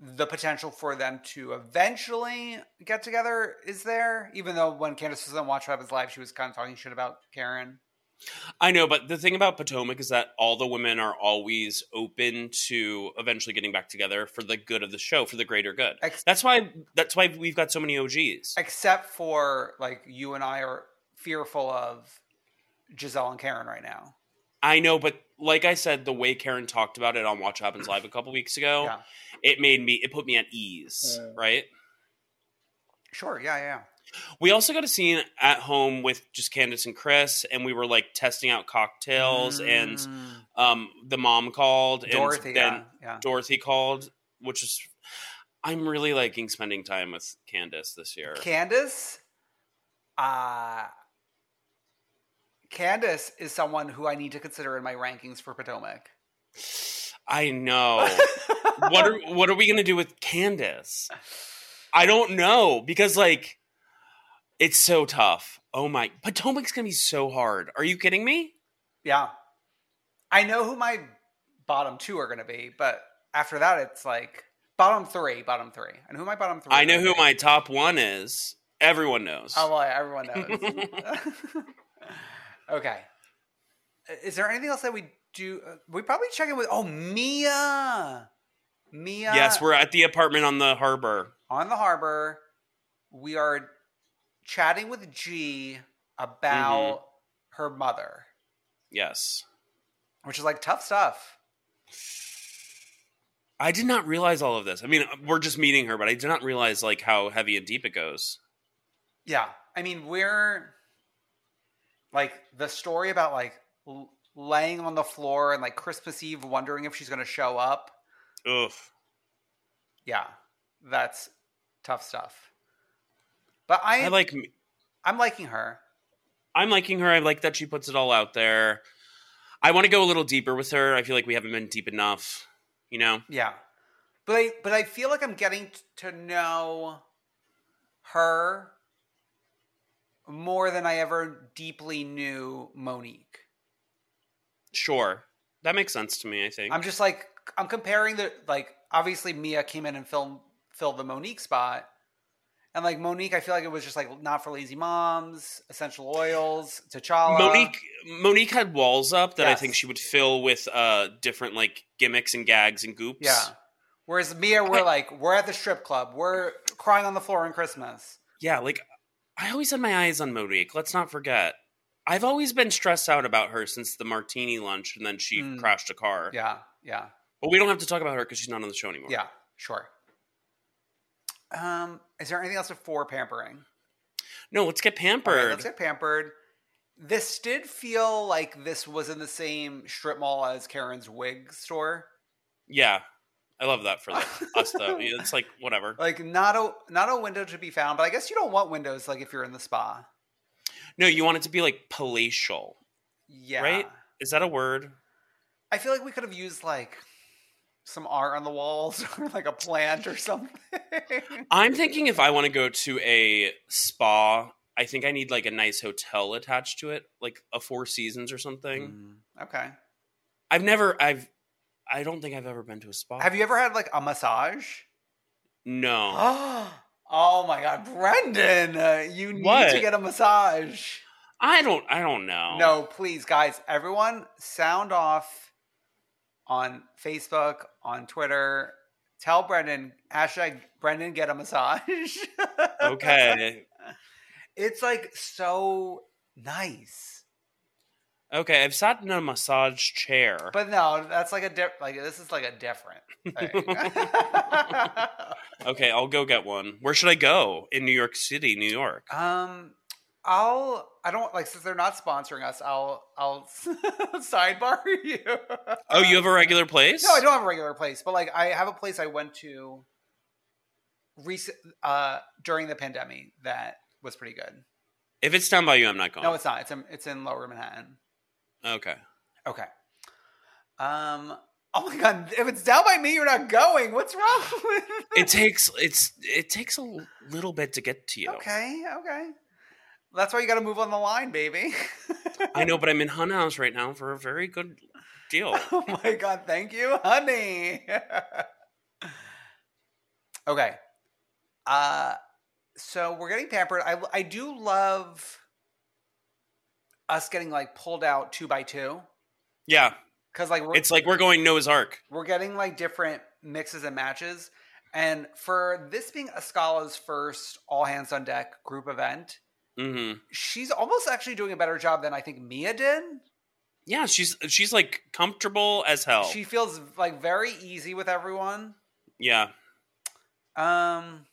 Speaker 3: the potential for them to eventually get together is there. Even though when Candace was on Watch What Happens Live, she was kind of talking shit about Karen.
Speaker 4: I know, but the thing about Potomac is that all the women are always open to eventually getting back together for the good of the show, for the greater good.
Speaker 3: Ex-
Speaker 4: that's why. That's why we've got so many OGs.
Speaker 3: Except for like you and I are fearful of Giselle and Karen right now.
Speaker 4: I know, but like I said, the way Karen talked about it on Watch What Happens Live a couple weeks ago,
Speaker 3: Yeah.
Speaker 4: it made me. It put me at ease. Right.
Speaker 3: Sure. Yeah. Yeah.
Speaker 4: We also got a scene at home with just Candace and Chris, and we were like testing out cocktails, and um, the mom called,
Speaker 3: Mm. Dorothy.
Speaker 4: and then
Speaker 3: yeah, yeah.
Speaker 4: Dorothy called, which is I'm really liking spending time with Candace this year.
Speaker 3: Candace, uh, Candace is someone who I need to consider in my rankings for Potomac. (laughs)
Speaker 4: I know. what are what are we gonna do with Candace? I don't know because like it's so tough. Oh my Potomac's gonna be so hard. Are you kidding me?
Speaker 3: Yeah, I know who my bottom two are going to be, but after that, it's like bottom three, bottom three, and who my bottom three.
Speaker 4: I
Speaker 3: are
Speaker 4: know
Speaker 3: gonna
Speaker 4: who
Speaker 3: be.
Speaker 4: my top one is. Everyone knows.
Speaker 3: Oh, well, everyone
Speaker 4: (laughs)
Speaker 3: knows. (laughs) okay. Is there anything else that we do? We probably check in with. Oh, Mia. Mia.
Speaker 4: yes, we're at the apartment on the harbor.
Speaker 3: on the harbor. We are chatting with G about her mother,
Speaker 4: Yes.
Speaker 3: which is like tough stuff.
Speaker 4: I did not realize all of this. I mean, we're just meeting her, but I did not realize like how heavy and deep it goes.
Speaker 3: Yeah. I mean, we're like the story about like l- laying on the floor and like Christmas Eve wondering if she's going to show up.
Speaker 4: Ugh.
Speaker 3: Yeah. That's tough stuff. But I,
Speaker 4: I like m-
Speaker 3: I'm liking her.
Speaker 4: I'm liking her. I like that she puts it all out there. I want to go a little deeper with her. I feel like we haven't been deep enough, you know.
Speaker 3: Yeah. But I but I feel like I'm getting t- to know her more than I ever deeply knew Monique.
Speaker 4: Sure. That makes sense to me, I think.
Speaker 3: I'm just like I'm comparing the like obviously Mia came in and filmed filled the Monique spot. And like Monique, I feel like it was just like not for lazy moms, essential oils, T'Challa.
Speaker 4: Monique Monique had walls up that
Speaker 3: uh,
Speaker 4: I
Speaker 3: Yes.
Speaker 4: think she would fill with uh different like gimmicks and gags and goops.
Speaker 3: Yeah. Whereas Mia, we're
Speaker 4: I-
Speaker 3: like, we're at the strip club. We're crying on the floor on Christmas.
Speaker 4: Yeah, like I always had my eyes on Monique. Let's not forget. I've always been stressed out about her since the martini lunch and then she
Speaker 3: Mm.
Speaker 4: crashed a car.
Speaker 3: Yeah, yeah.
Speaker 4: But we don't have to talk about her because she's not on the show anymore.
Speaker 3: Yeah, sure. Um, is there anything else before pampering?
Speaker 4: No, let's get pampered.
Speaker 3: Okay, let's get pampered. This did feel like this was in the same strip mall as Karen's wig store.
Speaker 4: yeah. I love that for them.
Speaker 3: (laughs)
Speaker 4: us though. It's like whatever.
Speaker 3: Like not a not a window to be found, but I guess you don't want windows like if you're in the spa.
Speaker 4: No, you want it to be like palatial,
Speaker 3: Yeah.
Speaker 4: right? Is that a word?
Speaker 3: I feel like we could have used like some art on the walls (laughs) or like a plant or something. (laughs)
Speaker 4: I'm thinking if I want to go to a spa, I think I need like a nice hotel attached to it, like a Four Seasons or something.
Speaker 3: Mm. okay.
Speaker 4: I've never, I've, I don't think I've ever been to a spa.
Speaker 3: Have you ever had like a massage?
Speaker 4: No.
Speaker 3: oh my god, Brendan, uh, you need
Speaker 4: What?
Speaker 3: to get a massage.
Speaker 4: I don't. I don't know.
Speaker 3: No, please, guys, everyone, sound off on Facebook, on Twitter. Tell Brendan hashtag Brendan get a massage. (laughs)
Speaker 4: Okay.
Speaker 3: it's like so nice,
Speaker 4: Okay. I've sat in a massage chair.
Speaker 3: but no, that's like a diff- like this is like a different thing. (laughs)
Speaker 4: okay, I'll go get one. Where should I go in New York City, New York?
Speaker 3: um, I'll I don't like since they're not sponsoring us. I'll I'll (laughs) sidebar you.
Speaker 4: Oh, you have a regular place?
Speaker 3: No, I don't have a regular place, but like I have a place I went to recent uh during the pandemic that was pretty good.
Speaker 4: If it's down by you, I'm not going.
Speaker 3: No, it's Oh. not. It's in it's in Lower Manhattan.
Speaker 4: okay.
Speaker 3: Okay. Um. Oh my god! If it's down by me, you're not going. What's wrong? with (laughs)
Speaker 4: It takes it's it takes a little bit to get to you.
Speaker 3: Okay. Okay. That's why you got to move on the line, baby. (laughs)
Speaker 4: I know, but I'm in Hunt House right now for a very good
Speaker 3: (laughs)
Speaker 4: deal.
Speaker 3: oh my god! Thank you, honey. (laughs) okay. Uh, so we're getting pampered. I I do love us getting like pulled out two by two
Speaker 4: Yeah,
Speaker 3: because like we're,
Speaker 4: it's like we're going Noah's Ark.
Speaker 3: we're getting like different mixes and matches. And for this being Escala's first all hands on deck group event,
Speaker 4: hmm
Speaker 3: she's almost actually doing a better job than I think Mia did.
Speaker 4: Yeah, she's she's like comfortable as hell.
Speaker 3: She feels like very easy with everyone.
Speaker 4: yeah,
Speaker 3: Um,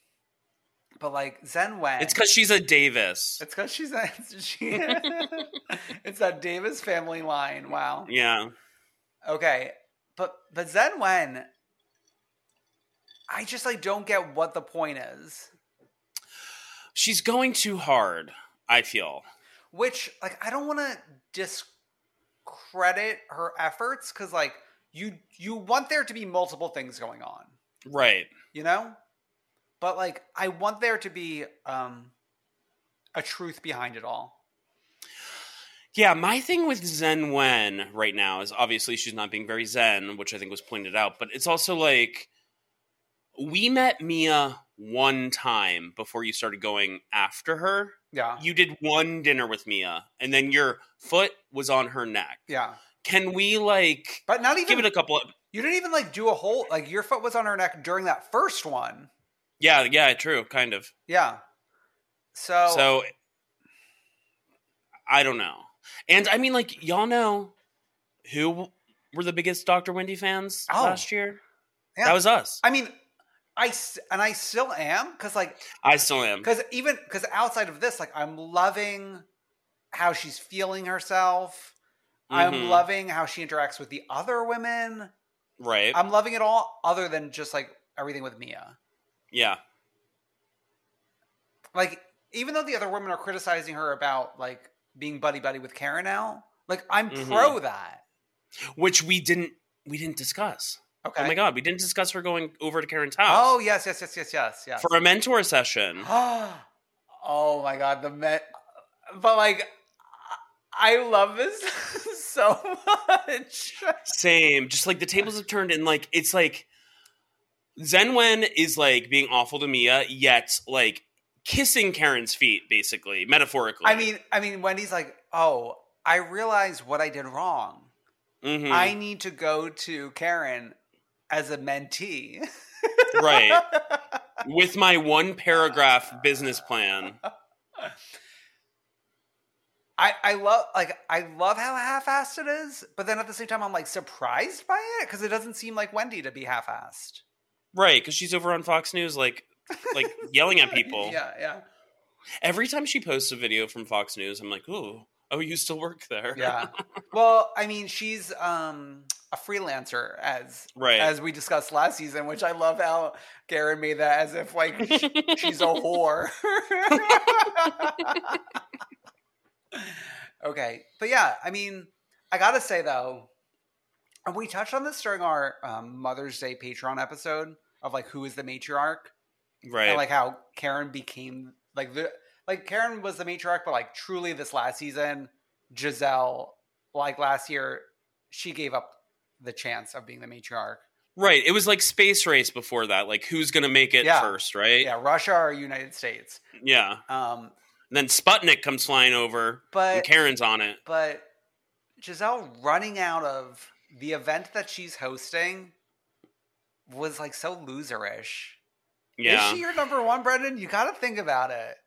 Speaker 3: but like Zen Wang,
Speaker 4: it's because she's a Davis.
Speaker 3: It's because she's a, (laughs)
Speaker 4: (laughs)
Speaker 3: she, it's that Davis family line. Wow.
Speaker 4: yeah,
Speaker 3: Okay, but but Zen Wen, I just like don't get what the point is.
Speaker 4: she's going too hard. I feel.
Speaker 3: Which like I don't want to discredit her efforts because like you you want there to be multiple things going on,
Speaker 4: Right.
Speaker 3: you know. But like I want there to be um a truth behind it all.
Speaker 4: Yeah, my thing with Zen Wen right now is obviously she's not being very Zen, which I think was pointed out, but it's also like we met Mia one time before you started going after her.
Speaker 3: Yeah.
Speaker 4: You did one dinner with Mia, and then your foot was on her neck.
Speaker 3: yeah.
Speaker 4: Can we like
Speaker 3: But not
Speaker 4: give
Speaker 3: even
Speaker 4: it a couple of
Speaker 3: you didn't even like do a whole like your foot was on her neck during that first one.
Speaker 4: Yeah, yeah, true, kind of.
Speaker 3: Yeah. So,
Speaker 4: So I don't know. And I mean like y'all know who were the biggest Dr. Wendy fans
Speaker 3: Oh.
Speaker 4: last year?
Speaker 3: yeah.
Speaker 4: That was us.
Speaker 3: I mean, I s- and I still am because like
Speaker 4: I still am.
Speaker 3: because even because outside of this, like I'm loving how she's feeling herself. I'm
Speaker 4: Mhm.
Speaker 3: loving how she interacts with the other women.
Speaker 4: Right.
Speaker 3: I'm loving it all, other than just like everything with Mia.
Speaker 4: yeah.
Speaker 3: Like even though the other women are criticizing her about like being buddy buddy with Karen now, like I'm
Speaker 4: Mhm.
Speaker 3: pro that.
Speaker 4: Which we didn't we didn't discuss.
Speaker 3: Okay.
Speaker 4: Oh my god, we didn't discuss her going over to Karen's house
Speaker 3: Oh yes, yes, yes, yes, yes, yes.
Speaker 4: for a mentor session.
Speaker 3: (gasps) oh my god, the Met. But like, I I love this (laughs) so much.
Speaker 4: Same. Just like the tables have turned, and like it's like Zenwen is like being awful to Mia, yet like kissing Karen's feet, basically, metaphorically.
Speaker 3: I mean, I mean, Wendy's like, oh, I realize what I did wrong.
Speaker 4: Mhm.
Speaker 3: I need to go to Karen as a mentee. (laughs)
Speaker 4: right with my one paragraph business plan.
Speaker 3: I, I love like I love how half-assed it is, but then at the same time I'm like surprised by it because it doesn't seem like Wendy to be half-assed.
Speaker 4: Right, because she's over on Fox News, like,
Speaker 3: (laughs)
Speaker 4: like yelling at people.
Speaker 3: Yeah, yeah,
Speaker 4: Every time she posts a video from Fox News, I'm like, "Ooh, oh, you still work there?"
Speaker 3: yeah. well, I mean, she's um a freelancer as
Speaker 4: (laughs) Right.
Speaker 3: as we discussed last season, which I love how Karen made that as if like sh- she's a whore. (laughs) okay, but yeah, I mean, I gotta say though, and we touched on this during our um, Mother's Day Patreon episode of like who is the matriarch
Speaker 4: right.
Speaker 3: and like how Karen became like the like Karen was the matriarch, but like truly this last season, Giselle like last year, she gave up the chance of being the matriarch.
Speaker 4: right. It was like space race before that. Like, who's gonna make it
Speaker 3: Yeah.
Speaker 4: first? Right.
Speaker 3: Yeah, Russia or United States.
Speaker 4: yeah.
Speaker 3: Um,
Speaker 4: And then Sputnik comes flying over,
Speaker 3: But-
Speaker 4: and Karen's on it.
Speaker 3: but Giselle running out of the event that she's hosting was like so loserish.
Speaker 4: Yeah,
Speaker 3: Is she your number one, Brendan? You got to think about it.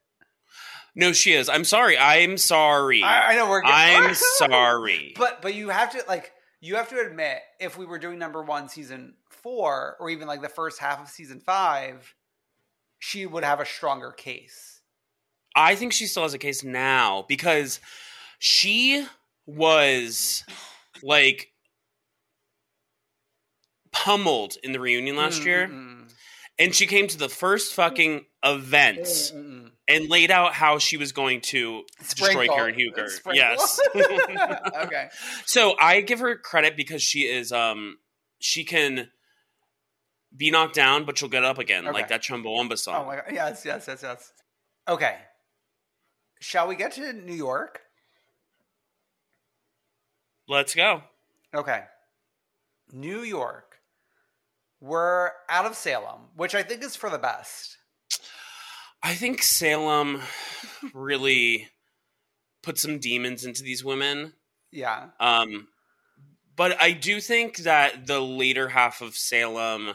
Speaker 4: no, she is. I'm sorry. I'm sorry.
Speaker 3: I, I know we're. (laughs)
Speaker 4: I'm sorry.
Speaker 3: But but you have to like you have to admit if we were doing number one season four or even like the first half of season five, she would have a stronger case. (laughs)
Speaker 4: I think she still has a case now because she was like pummeled in the reunion last
Speaker 3: Mm,
Speaker 4: year
Speaker 3: Mm-mm.
Speaker 4: and she came to the first fucking events
Speaker 3: Mm-mm.
Speaker 4: and laid out how she was going to destroy
Speaker 3: Sprinkle.
Speaker 4: Karen Huger.
Speaker 3: Sprinkle.
Speaker 4: Yes.
Speaker 3: (laughs) okay.
Speaker 4: So I give her credit because she is um she can be knocked down but she'll get up again
Speaker 3: Okay.
Speaker 4: like that Chumbawamba song.
Speaker 3: Oh my god. Yes, yes, yes, yes. Okay. Shall we get to New York?
Speaker 4: Let's go.
Speaker 3: Okay. New York. We're out of Salem, which I think is for the best.
Speaker 4: I think Salem really put some demons into these women.
Speaker 3: Yeah.
Speaker 4: Um, but I do think that the later half of Salem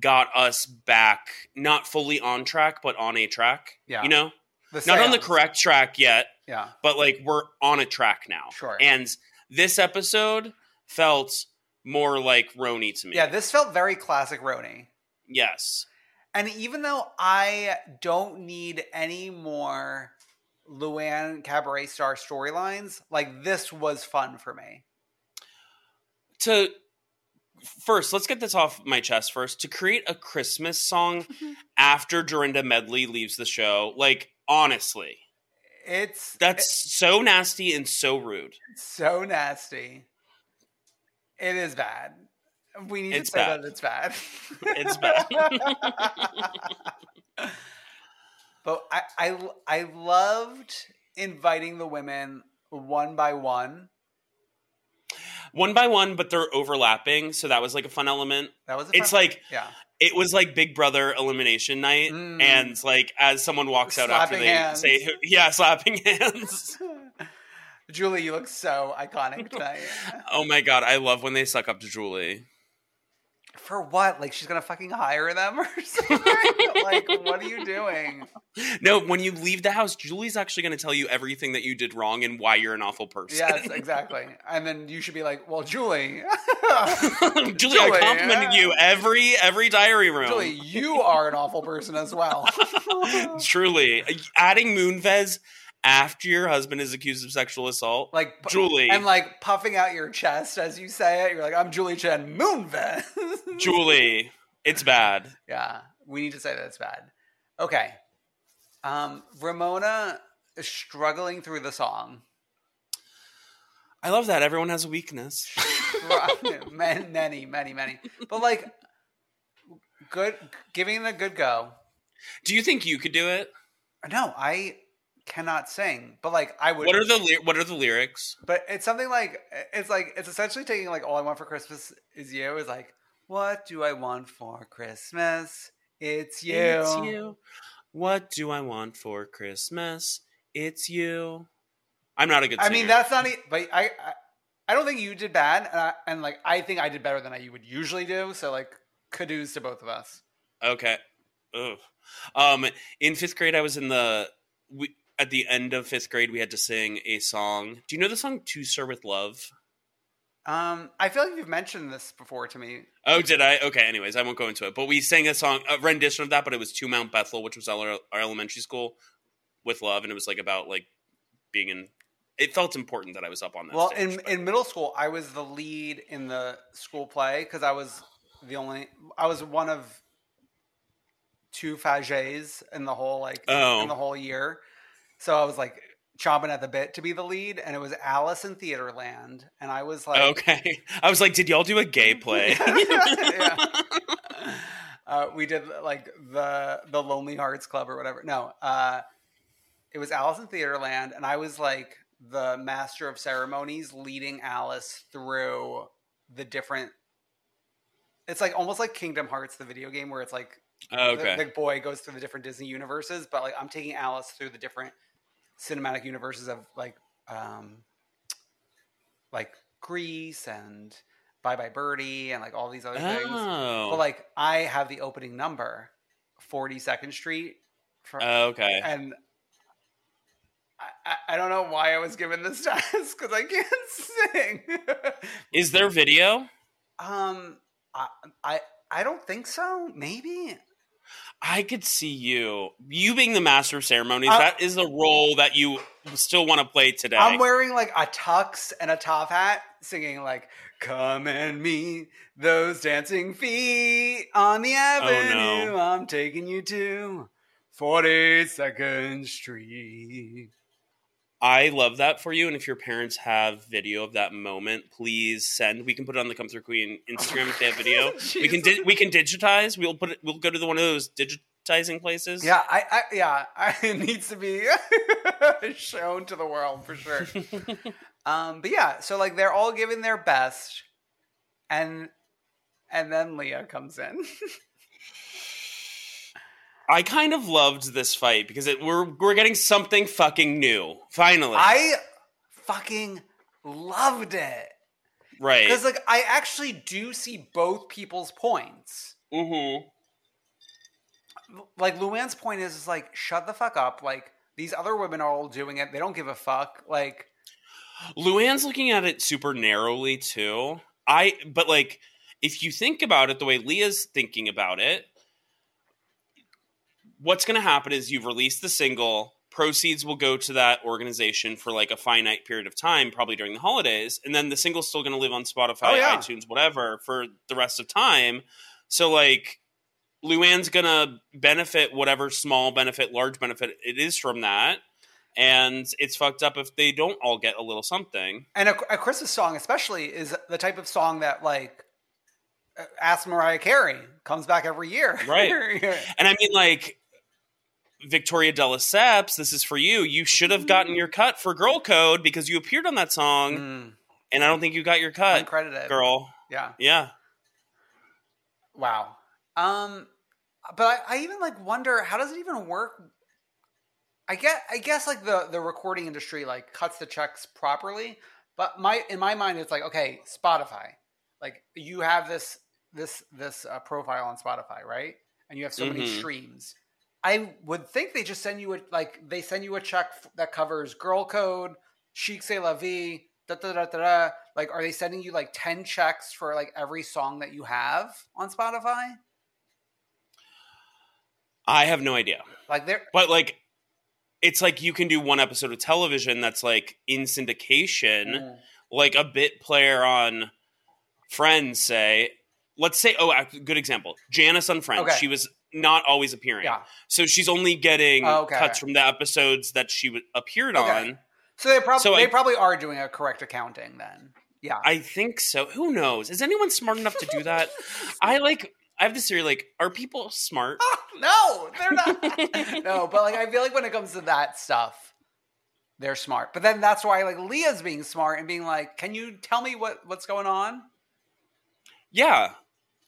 Speaker 4: got us back, not fully on track, but on a track.
Speaker 3: Yeah.
Speaker 4: You know,
Speaker 3: The
Speaker 4: not on the
Speaker 3: Salems.
Speaker 4: correct track yet,
Speaker 3: Yeah.
Speaker 4: but like we're on a track now.
Speaker 3: Sure.
Speaker 4: And this episode felt more like Roni to me.
Speaker 3: Yeah, this felt very classic Roni.
Speaker 4: yes.
Speaker 3: And even though I don't need any more Luann Cabaret Star storylines, like this was fun for me.
Speaker 4: to first let's get this off my chest first to create a christmas song
Speaker 3: Mm-hmm.
Speaker 4: after dorinda medley leaves the show like honestly
Speaker 3: It's
Speaker 4: that's so nasty and so rude
Speaker 3: it's so nasty. It is bad. We need
Speaker 4: It's
Speaker 3: to say
Speaker 4: bad.
Speaker 3: that it's bad. (laughs)
Speaker 4: it's bad
Speaker 3: but I, I I loved inviting the women one by one.
Speaker 4: one by one but they're overlapping so that was like a fun element
Speaker 3: That was a
Speaker 4: it's
Speaker 3: fun-
Speaker 4: like
Speaker 3: yeah.
Speaker 4: it was like big brother elimination night
Speaker 3: Mm.
Speaker 4: and like as someone walks out after
Speaker 3: Slapping
Speaker 4: they (laughs)
Speaker 3: hands. (laughs)
Speaker 4: say yeah slapping hands
Speaker 3: Julie, you look so iconic
Speaker 4: (laughs)
Speaker 3: tonight.
Speaker 4: Oh my god, I love when they suck up to Julie.
Speaker 3: For what? Like she's gonna fucking hire them or (laughs) something? like, what are you doing?
Speaker 4: No, when you leave the house, Julie's actually going to tell you everything that you did wrong and why you're an awful person.
Speaker 3: Yes, exactly. And then you should be like, well, Julie,
Speaker 4: (laughs) Julie, I complimented
Speaker 3: yeah.
Speaker 4: you every every diary room.
Speaker 3: Julie, you are an awful person as
Speaker 4: (laughs)
Speaker 3: well.
Speaker 4: Truly, adding Moonvez after your husband is accused of sexual assault,
Speaker 3: like pu-
Speaker 4: Julie,
Speaker 3: and like puffing out your chest as you say it. You're like, I'm Julie Chen Moonves. (laughs)
Speaker 4: Julie, it's bad.
Speaker 3: yeah, we need to say that it's bad. Okay, um, Ramona is struggling through the song. (laughs)
Speaker 4: I love that everyone has a weakness.
Speaker 3: many, many, many, many. But like, good, giving it a good go.
Speaker 4: (laughs) Do you think you could do it?
Speaker 3: No, I cannot sing, but like, I would.
Speaker 4: What are the ly- what are the lyrics?
Speaker 3: But it's something like it's like it's essentially taking like all I want for Christmas is you is like what do I want for Christmas? It's you.
Speaker 4: It's you. What do I want for Christmas? It's you. I'm not a good.
Speaker 3: I
Speaker 4: Singer.
Speaker 3: mean that's not e- but I, I I don't think you did bad and, I, and like I think I did better than I you would usually do so like kudos to both of us.
Speaker 4: Okay. Ugh. Um, in fifth grade, I was in the we, at the end of fifth grade. We had to sing a song. Do you know the song "To Sir with Love"?
Speaker 3: Um I feel like you've mentioned this before to me.
Speaker 4: Oh, did I? Okay. Anyways, I won't go into it. But we sang a song, a rendition of that, but it was "To Mount Bethel," which was our, our elementary school with love, and it was like about like being in. It felt important that I was up on that.
Speaker 3: Well,
Speaker 4: stage,
Speaker 3: in
Speaker 4: but-
Speaker 3: in middle school, I was the lead in the school play because I was the only. I was one of two Fages in the whole like
Speaker 4: Oh.
Speaker 3: in the whole year, so I was like chomping at the bit to be the lead, and it was Alice in Theaterland, and I was like,
Speaker 4: okay, I was like, did y'all do a gay play?
Speaker 3: (laughs) Yeah. Uh, we did like the the Lonely Hearts Club or whatever. No, uh, it was Alice in Theaterland, and I was like the master of ceremonies, leading Alice through the different. It's like almost like Kingdom Hearts, the video game, where it's like the-
Speaker 4: okay.
Speaker 3: the, boy goes through the different Disney universes, but like I'm taking Alice through the different cinematic universes of like um like Grease and Bye Bye Birdie and like all these other things.
Speaker 4: Oh.
Speaker 3: But like I have the opening number, Forty Second Street, for,
Speaker 4: okay.
Speaker 3: and I, I, I don't know why I was given this (laughs) task because I can't sing. (laughs)
Speaker 4: Is there video?
Speaker 3: um, I I I don't think so. Maybe
Speaker 4: I could see you, you being the master of ceremonies.
Speaker 3: I-
Speaker 4: that is a role that you still want to play today.
Speaker 3: Uh, I'm wearing like a tux and a top hat, singing like "Come and meet those dancing feet on the avenue. I'm taking you to 42nd Street."
Speaker 4: I love that for you. And if your parents have video of that moment, please send. We can put it on the Come Through Queen Instagram if they have
Speaker 3: (laughs)
Speaker 4: video. we can di- we can digitize. We'll put it. We'll go to the, one of those digitizing places.
Speaker 3: Yeah, I, I yeah, (laughs) I, it needs to be (laughs) shown to the world for sure. um, but yeah, so like they're all giving their best, and and then Leah comes in. (laughs)
Speaker 4: I kind of loved this fight because it, we're we're getting something fucking new finally.
Speaker 3: I fucking loved it.
Speaker 4: right.
Speaker 3: Because like I actually do see both people's points.
Speaker 4: mm-hmm.
Speaker 3: Like Luann's point is, is like shut the fuck up. Like these other women are all doing it. They don't give a fuck. Like
Speaker 4: Luann's looking at it super narrowly too. I but like if you think about it the way Leah's thinking about it, what's going to happen is you've released the single, proceeds will go to that organization for like a finite period of time, probably during the holidays, and then the single's still going to live on Spotify,
Speaker 3: Oh, yeah.
Speaker 4: iTunes, whatever for the rest of time. So like Luann's going to benefit whatever small benefit, large benefit it is from that. And it's fucked up if they don't all get a little something.
Speaker 3: and a, a Christmas song especially is the type of song that like uh, ask Mariah Carey comes back every year. (laughs)
Speaker 4: Right. And I mean, like, Victoria De Lesseps, this is for you. You should have gotten your cut for Girl Code because you appeared on that song,
Speaker 3: Mm.
Speaker 4: and I don't think you got your cut,
Speaker 3: Uncredited.
Speaker 4: uh, girl.
Speaker 3: Yeah.
Speaker 4: Yeah.
Speaker 3: Wow. Um, but I, I even like wonder how does it even work I get I guess like the the recording industry like cuts the checks properly, but my in my mind it's like okay, Spotify. Like you have this this this uh, profile on Spotify, right? And you have so many
Speaker 4: Mhm.
Speaker 3: streams. I would think they just send you a like they send you a check f- that covers Girl Code, Chic C'est La Vie, da da da da da. Like, are they sending you like ten checks for like every song that you have on Spotify?
Speaker 4: I have no idea.
Speaker 3: Like, they're
Speaker 4: But like it's like you can do one episode of television that's like in syndication, like a bit player on Friends say, let's say oh, a good example. Janice on Friends,
Speaker 3: Okay.
Speaker 4: she was not always appearing.
Speaker 3: Yeah.
Speaker 4: So she's only getting
Speaker 3: Oh, okay.
Speaker 4: cuts from the episodes that she w- appeared
Speaker 3: Okay.
Speaker 4: on.
Speaker 3: so they probably
Speaker 4: So
Speaker 3: they
Speaker 4: I-
Speaker 3: probably are doing a correct accounting then. Yeah.
Speaker 4: I think so. Who knows? Is anyone smart enough to do that? I like I have this theory like are people smart?
Speaker 3: (laughs) no, they're not. (laughs) no, but like I feel like when it comes to that stuff, they're smart. But then that's why like Leah's being smart and being like, "Can you tell me what what's going on?"
Speaker 4: Yeah.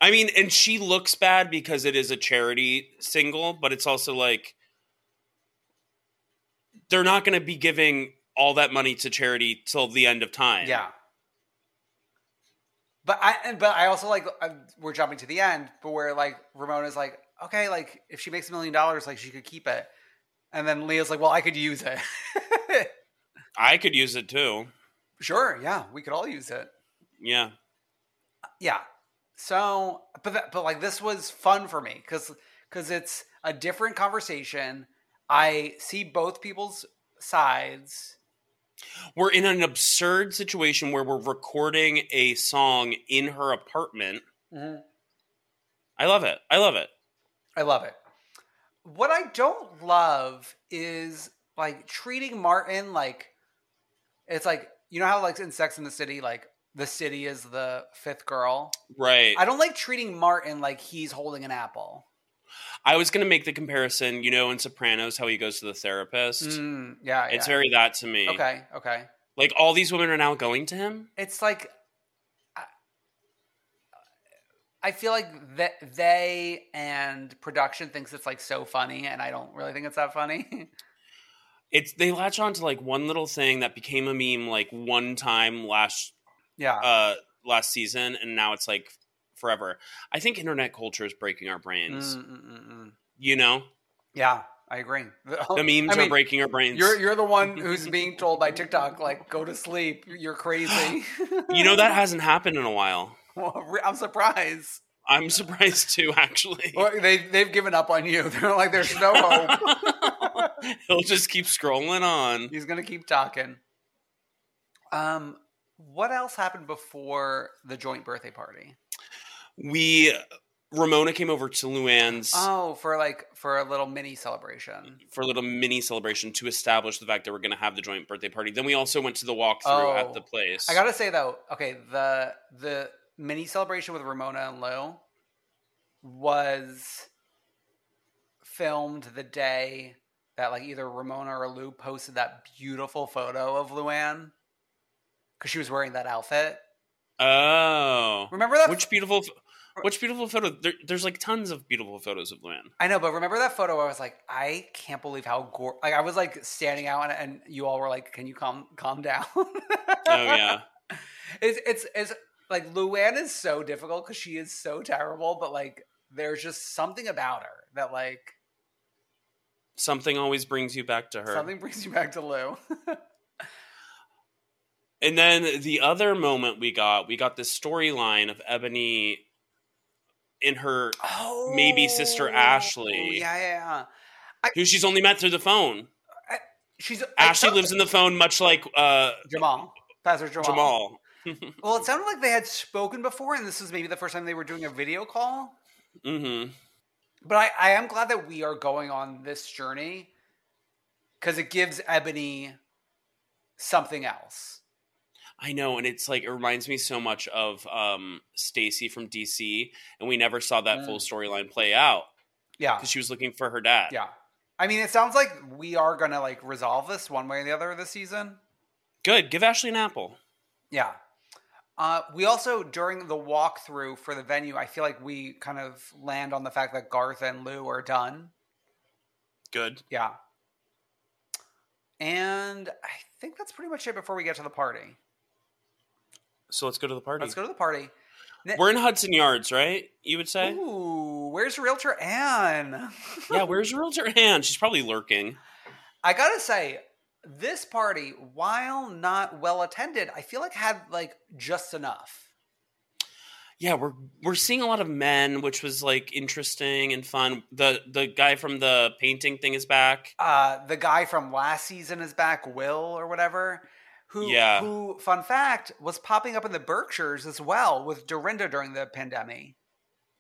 Speaker 4: I mean, and she looks bad because it is a charity single, but it's also like they're not going to be giving all that money to charity till the end of time.
Speaker 3: Yeah. But I and but I also like uh, we're jumping to the end, but where like Ramona's like, okay, like if she makes a million dollars, like she could keep it, and then Leah's like, well, I could use it. (laughs)
Speaker 4: I could use it too.
Speaker 3: sure, yeah, we could all use it.
Speaker 4: Yeah.
Speaker 3: Yeah. So, but that, but like this was fun for me because because it's a different conversation. I see both people's sides.
Speaker 4: We're in an absurd situation where we're recording a song in her apartment.
Speaker 3: Mm-hmm.
Speaker 4: I love it. I love it.
Speaker 3: I love it. What I don't love is like treating Martin like it's like you know how like in Sex in the City like the city is the fifth girl.
Speaker 4: Right.
Speaker 3: I don't like treating Martin like he's holding an apple.
Speaker 4: I was going to make the comparison, you know, in Sopranos, how he goes to the therapist.
Speaker 3: Mm, yeah,
Speaker 4: It's
Speaker 3: yeah.
Speaker 4: very that to me.
Speaker 3: okay. Okay.
Speaker 4: Like all these women are now going to him.
Speaker 3: it's like I, I feel like that they and production thinks it's like so funny, and I don't really think it's that funny. (laughs)
Speaker 4: it's they latch on to like one little thing that became a meme like one time last
Speaker 3: yeah,
Speaker 4: uh last season and now it's like forever i think internet culture is breaking our
Speaker 3: Mm.
Speaker 4: brains
Speaker 3: Mm-mm-mm-mm.
Speaker 4: you know
Speaker 3: yeah, I agree. The,
Speaker 4: the memes
Speaker 3: (laughs) Oh, I mean,
Speaker 4: are breaking our brains
Speaker 3: You're you're the
Speaker 4: (laughs)
Speaker 3: one who's being told by TikTok like go to sleep. You're crazy. (laughs)
Speaker 4: you know that hasn't happened in a while
Speaker 3: Well, I'm surprised.
Speaker 4: i'm (laughs) surprised too actually
Speaker 3: Well, they they've given up on you. (laughs) They're like, there's no hope.
Speaker 4: (laughs) he'll just keep scrolling on
Speaker 3: He's gonna keep talking. Um, what else happened before the joint birthday party?
Speaker 4: we ramona came over to luann's
Speaker 3: Oh, for like for a little mini celebration.
Speaker 4: for a little mini celebration to establish the fact that we're going to have the joint birthday party then we also went to the walkthrough
Speaker 3: Oh.
Speaker 4: at the place
Speaker 3: I gotta say though, okay, the the mini celebration with Ramona and Lou was filmed the day that like either Ramona or Lou posted that beautiful photo of Luann because she was wearing that outfit.
Speaker 4: Oh,
Speaker 3: Remember that-
Speaker 4: Which beautiful, ph- which beautiful photo? There, there's like tons of beautiful photos of Luann.
Speaker 3: I know, but remember that photo? I was like, I can't believe how gore. Like I was like standing out, and, and you all were like, "Can you calm calm down?" (laughs) oh
Speaker 4: Oh
Speaker 3: (laughs)
Speaker 4: yeah,
Speaker 3: it's it's it's like Luann is so difficult because she is so terrible, but like there's just something about her that like
Speaker 4: something always brings you back to her.
Speaker 3: something brings you back to Lou. (laughs)
Speaker 4: And then the other moment we got, we got this storyline of Ebony in her,
Speaker 3: oh,
Speaker 4: Maybe Sister Ashley.
Speaker 3: Yeah, yeah. yeah.
Speaker 4: who she's only met through the phone.
Speaker 3: She's
Speaker 4: Ashley lives in the phone, much like uh,
Speaker 3: Jamal. Pastor Jamal.
Speaker 4: Jamal.
Speaker 3: Well, it sounded like they had spoken before, and this was maybe the first time they were doing a video call.
Speaker 4: Mm-hmm.
Speaker 3: But I, I am glad that we are going on this journey because it gives Ebony something else.
Speaker 4: I know, and it's like it reminds me so much of um, Stacy from DC, and we never saw that full storyline play out
Speaker 3: Yeah.
Speaker 4: because she was looking for her dad.
Speaker 3: Yeah. I mean, it sounds like we are going to like resolve this one way or the other this season.
Speaker 4: good. Give Ashley an apple.
Speaker 3: Yeah. Uh, we also, during the walkthrough for the venue, I feel like we kind of land on the fact that Garth and Lou are done.
Speaker 4: Good.
Speaker 3: Yeah. And I think that's pretty much it before we get to the party.
Speaker 4: So let's go to the party.
Speaker 3: Let's go to the party. Ne-
Speaker 4: We're in Hudson Yards, right? You would say?
Speaker 3: Ooh, where's Realtor Anne?
Speaker 4: Yeah, (laughs) where's your realtor Anne? She's probably lurking.
Speaker 3: (laughs) I gotta say, this party, while not well attended, I feel like had like just enough.
Speaker 4: Yeah, we're we're seeing a lot of men, which was like interesting and fun. The the guy from the painting thing is back.
Speaker 3: Uh, the guy from last season is back, Will or whatever. Who,
Speaker 4: Yeah.
Speaker 3: who, fun fact, was popping up in the Berkshires as well with Dorinda during the pandemic.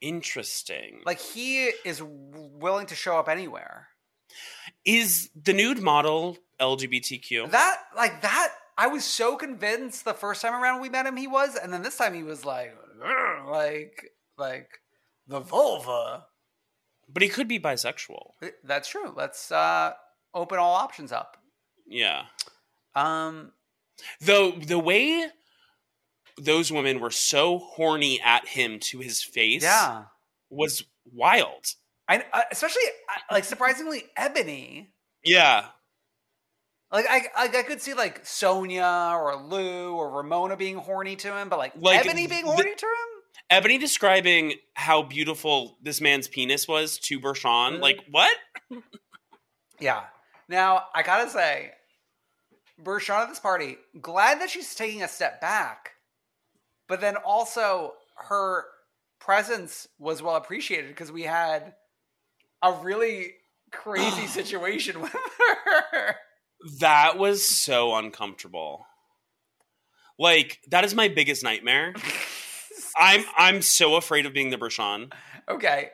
Speaker 4: Interesting.
Speaker 3: Like he is w- willing to show up anywhere.
Speaker 4: is the nude model LGBTQ?
Speaker 3: That like that I was so convinced the first time around we met him he was, and then this time he was like "Ugh," like like the vulva.
Speaker 4: but he could be bisexual.
Speaker 3: That's true. Let's uh open all options up.
Speaker 4: Yeah.
Speaker 3: Um
Speaker 4: Though the way those women were so horny at him to his face
Speaker 3: yeah.
Speaker 4: was wild.
Speaker 3: I uh, especially I- like surprisingly Ebony.
Speaker 4: Yeah.
Speaker 3: Like I, I I could see like Sonia or Lou or Ramona being horny to him, but like,
Speaker 4: Like,
Speaker 3: Ebony being
Speaker 4: the-
Speaker 3: horny to him?
Speaker 4: Ebony describing how beautiful this man's penis was to Bershon. Like, what?
Speaker 3: Yeah. Now, I gotta say, Bershon at this party, glad that she's taking a step back, but then also her presence was well appreciated because we had a really crazy situation (laughs) with her.
Speaker 4: That was so uncomfortable. Like, that is my biggest nightmare. I'm I'm so afraid of being the Bershon.
Speaker 3: Okay.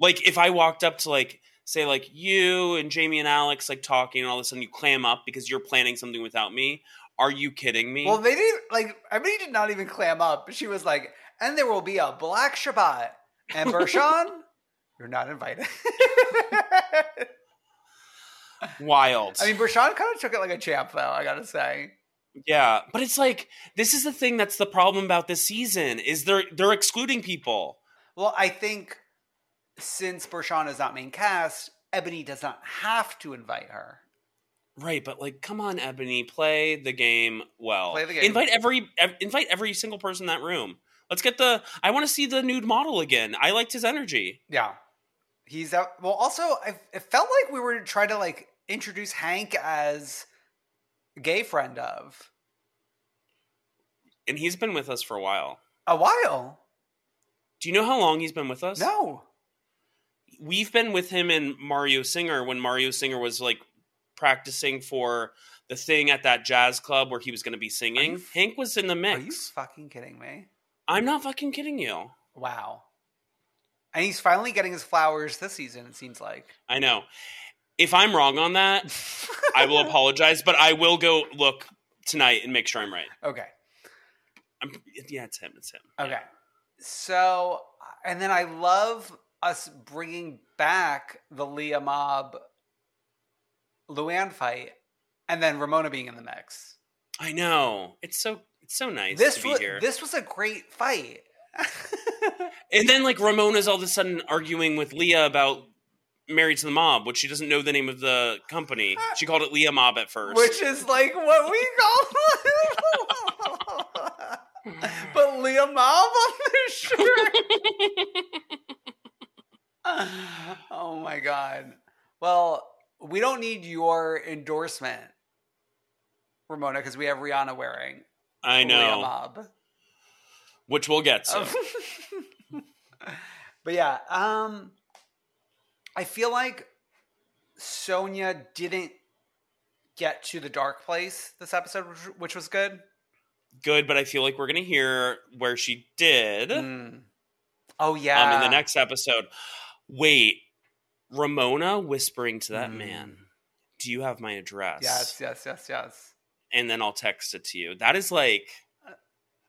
Speaker 4: Like, if I walked up to like say like you and Jamie and Alex like talking and all of a sudden you clam up because you're planning something without me. Are you kidding me?
Speaker 3: Well, they didn't, like, Ebony did not even clam up. She was like, and there will be a black Shabbat. And Bershon, you're not invited. (laughs)
Speaker 4: Wild.
Speaker 3: I mean, Bershon kind of took it like a champ, though, I gotta say.
Speaker 4: yeah, but it's like this is the thing that's the problem about this season is they're they're excluding people.
Speaker 3: Well, I think since Bershon is not main cast, Ebony does not have to invite her.
Speaker 4: Right, but like, come on, Ebony, play the game well.
Speaker 3: Play the game.
Speaker 4: Invite every ev- invite every single person in that room. Let's get the. I want to see the nude model again. I liked his energy.
Speaker 3: Yeah. He's out. Well, also, I, it felt like we were trying to like introduce Hank as gay friend of
Speaker 4: And he's been with us for a while.
Speaker 3: a while.
Speaker 4: Do you know how long he's been with us?
Speaker 3: No.
Speaker 4: We've been with him and Mario Singer when Mario Singer was like practicing for the thing at that jazz club where he was going to be singing.
Speaker 3: Are you-
Speaker 4: Hank was in the
Speaker 3: Are you
Speaker 4: mix.
Speaker 3: fucking kidding me?
Speaker 4: I'm not fucking kidding you.
Speaker 3: Wow. And he's finally getting his flowers this season, it seems like.
Speaker 4: I know. If I'm wrong
Speaker 3: (laughs)
Speaker 4: on that, I will apologize, but I will go look tonight and make sure I'm right.
Speaker 3: Okay.
Speaker 4: I'm, yeah, it's him. It's him.
Speaker 3: Okay. So, and then I love us bringing back the Leah Mob Luann fight and then Ramona being in the mix.
Speaker 4: I know. It's so it's so nice
Speaker 3: this,
Speaker 4: to be
Speaker 3: wa-
Speaker 4: here.
Speaker 3: this was a great fight.
Speaker 4: and then like Ramona's all of a sudden arguing with Leah about Married to the Mob, which she doesn't know the name of the company. She called it Leah Mob at first.
Speaker 3: Uh, Which is like what we (laughs) call. but Leah Mob on this shirt. (laughs) oh my God. Well, we don't need your endorsement, Ramona, because we have Rihanna wearing
Speaker 4: I
Speaker 3: Leah
Speaker 4: know.
Speaker 3: Mob.
Speaker 4: Which we'll get to.
Speaker 3: (laughs) Oh. But yeah, um, I feel like Sonia didn't get to the dark place this episode, which, which was good.
Speaker 4: Good, but I feel like we're gonna hear where she did
Speaker 3: Oh
Speaker 4: um
Speaker 3: yeah,
Speaker 4: in the next episode. Wait. Ramona whispering to that man, Do you have my address?
Speaker 3: Mm. Yes, yes, yes, yes.
Speaker 4: And then I'll text it to you. That is like
Speaker 3: Uh,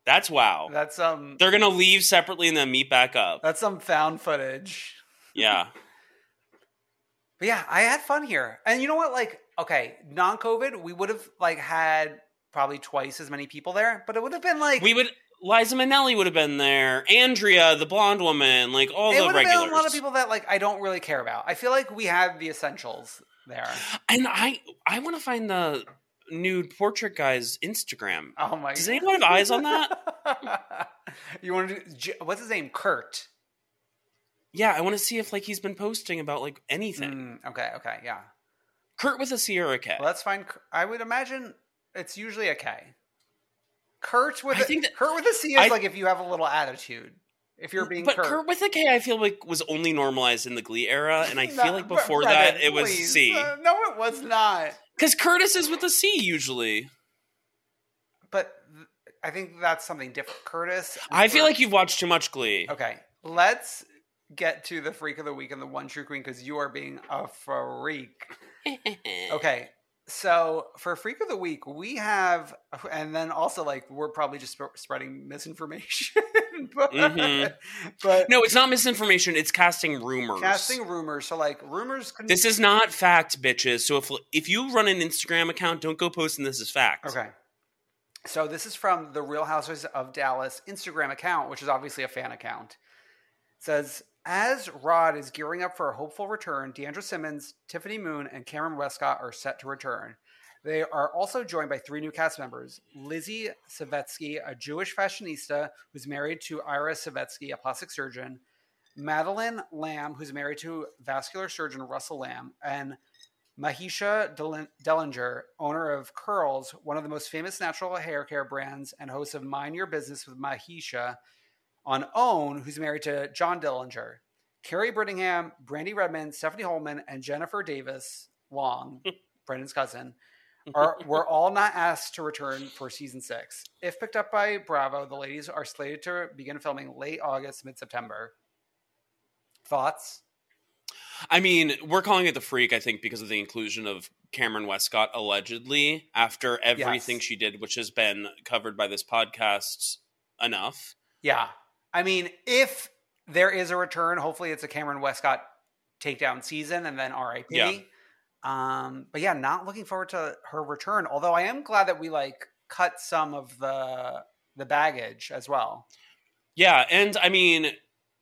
Speaker 4: that's wow.
Speaker 3: That's um,
Speaker 4: They're gonna leave separately and then meet back up.
Speaker 3: that's some found footage. (laughs)
Speaker 4: Yeah.
Speaker 3: But yeah, I had fun here, and you know what? Like, okay, non-COVID, we would have like had probably twice as many people there, but it would have been like
Speaker 4: We would Liza Minnelli would have been there. Andrea, the blonde woman, like all
Speaker 3: it
Speaker 4: the
Speaker 3: would have
Speaker 4: regulars.
Speaker 3: been a lot of people that like I don't really care about. I feel like we had the essentials there.
Speaker 4: And I I want to find the nude portrait guy's Instagram.
Speaker 3: Oh my!
Speaker 4: Does anyone have eyes on that?
Speaker 3: (laughs) that? you want to? Do, J- what's his name? Kurt.
Speaker 4: Yeah, I want to see if like he's been posting about like anything.
Speaker 3: Mm, okay. Okay. Yeah.
Speaker 4: Kurt with a Sierra K.
Speaker 3: Well, let's find. K- I would imagine it's usually a K. Kurt with
Speaker 4: I
Speaker 3: a
Speaker 4: think that-
Speaker 3: Kurt with a C is
Speaker 4: I-
Speaker 3: like if you have a little attitude. If you're being
Speaker 4: but
Speaker 3: Kurt.
Speaker 4: Kurt. with a K, I feel like was only normalized in the Glee era,
Speaker 3: (laughs)
Speaker 4: and I
Speaker 3: No,
Speaker 4: feel like
Speaker 3: Bre-
Speaker 4: before
Speaker 3: Brennan,
Speaker 4: that it was
Speaker 3: please.
Speaker 4: C.
Speaker 3: Uh, no, it was not.
Speaker 4: Because Curtis is with a C usually.
Speaker 3: But th- I think that's something different. Curtis. and
Speaker 4: I feel
Speaker 3: Kurt.
Speaker 4: like you've watched too much Glee.
Speaker 3: Okay, let's get to the freak of the week and the one true queen because you are being a freak. okay, so for freak of the week, we have, and then also like we're probably just sp- spreading misinformation, (laughs) but,
Speaker 4: Mhm.
Speaker 3: but
Speaker 4: No, it's not misinformation. It's casting rumors.
Speaker 3: casting rumors. So like rumors. Can-
Speaker 4: This is not fact, bitches. So if if you run an Instagram account, don't go posting this as fact.
Speaker 3: Okay. So this is from the Real Housewives of Dallas Instagram account, which is obviously a fan account. says as Rod is gearing up for a hopeful return, Deandra Simmons, Tiffany Moon, and Cameron Westcott are set to return. They are also joined by three new cast members: Lizzie Savetsky, a Jewish fashionista who's married to Ira Savetsky, a plastic surgeon; Madeline Lamb, who's married to vascular surgeon Russell Lamb, and Mahisha Del- Dellinger, owner of Curls, one of the most famous natural hair care brands, and host of Mind Your Business with Mahisha on Own, who's married to John Dillinger, Carrie Brittingham, Brandy Redmond, Stephanie Holman, and Jennifer Davis Long, Brendan's cousin, are were all not asked to return for season six. If picked up by Bravo, the ladies are slated to begin filming late August, mid September. Thoughts?
Speaker 4: I mean, we're calling it the freak, I think, because of the inclusion of Cameron Westcott allegedly after everything
Speaker 3: Yes.
Speaker 4: she did, which has been covered by this podcast enough.
Speaker 3: Yeah. I mean, if there is a return, hopefully it's a Cameron Westcott takedown season and then RIP.
Speaker 4: Yeah.
Speaker 3: Um, but yeah, not looking forward to her return. Although I am glad that we like cut some of the the baggage as well.
Speaker 4: Yeah, and I mean,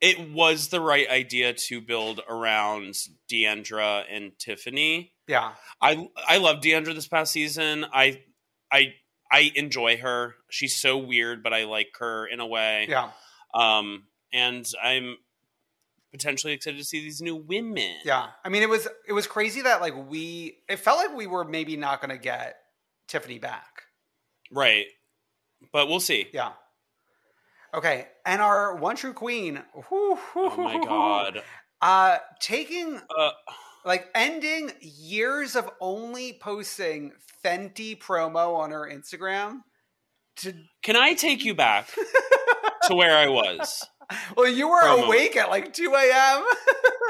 Speaker 4: it was the right idea to build around Deandra and Tiffany.
Speaker 3: Yeah.
Speaker 4: I I love Deandra this past season. I I I enjoy her. She's so weird, but I like her in a way.
Speaker 3: Yeah.
Speaker 4: Um, and I'm potentially excited to see these new women.
Speaker 3: Yeah. I mean it was it was crazy that like we it felt like we were maybe not gonna get Tiffany back.
Speaker 4: Right. But
Speaker 3: (laughs)
Speaker 4: we'll see.
Speaker 3: Yeah. Okay. And our one true queen.
Speaker 4: Oh my god.
Speaker 3: Uh taking
Speaker 4: Uh,
Speaker 3: like ending years of only posting Fenty promo on her Instagram. To
Speaker 4: can I take
Speaker 3: (laughs)
Speaker 4: you back to where I was?
Speaker 3: well, you were
Speaker 4: Promo.
Speaker 3: awake at like two a.m.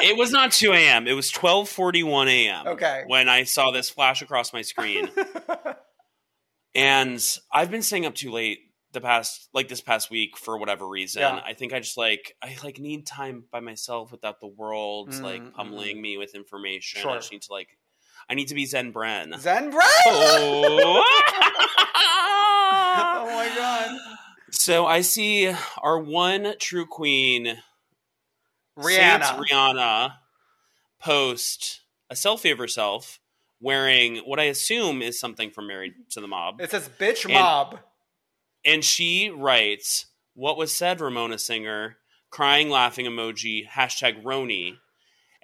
Speaker 4: It was not 2 a.m. It was 12:41 a.m.
Speaker 3: Okay.
Speaker 4: When I saw this flash across
Speaker 3: (laughs)
Speaker 4: my screen. and I've been staying up too late the past like this past week for whatever reason.
Speaker 3: Yeah.
Speaker 4: I think I just like I like need time by myself without the world
Speaker 3: Mm,
Speaker 4: like pummeling me with information.
Speaker 3: Sure.
Speaker 4: I just need to like I need to be Zen Bren.
Speaker 3: (laughs) Zen Bren.
Speaker 4: Oh.
Speaker 3: oh my god,
Speaker 4: So I see our one true queen, Saints
Speaker 3: Rihanna.
Speaker 4: Rihanna, post a selfie of herself wearing what I assume is something from Married to the Mob.
Speaker 3: It says bitch
Speaker 4: And-
Speaker 3: mob.
Speaker 4: And she writes, What was said, Ramona Singer? Crying laughing emoji, hashtag Roni.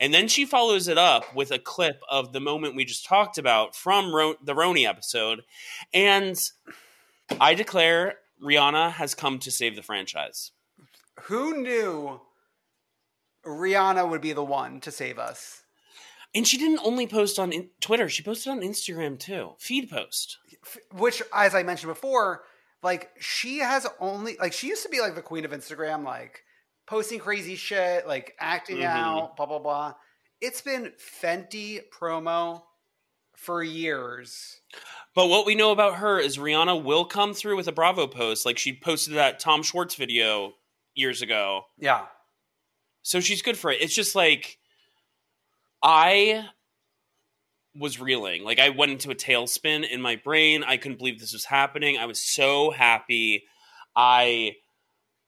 Speaker 4: And then she follows it up with a clip of the moment we just talked about from Ro- the Roni episode. And I declare Rihanna has come to save the franchise.
Speaker 3: Who knew Rihanna would be the one to save us?
Speaker 4: And she didn't only post on in- Twitter, she posted on Instagram too. Feed post.
Speaker 3: Which, as I mentioned before, like she has only like she used to be like the queen of Instagram, like posting crazy shit, like acting
Speaker 4: Mhm.
Speaker 3: out, blah blah blah. It's been Fenty promo for years.
Speaker 4: But what we know about her is Rihanna will come through with a Bravo post. Like she posted that Tom Schwartz video years ago.
Speaker 3: Yeah.
Speaker 4: So she's good for it. It's just like I was reeling. Like I went into a tailspin in my brain. I couldn't believe this was happening. I was so happy. I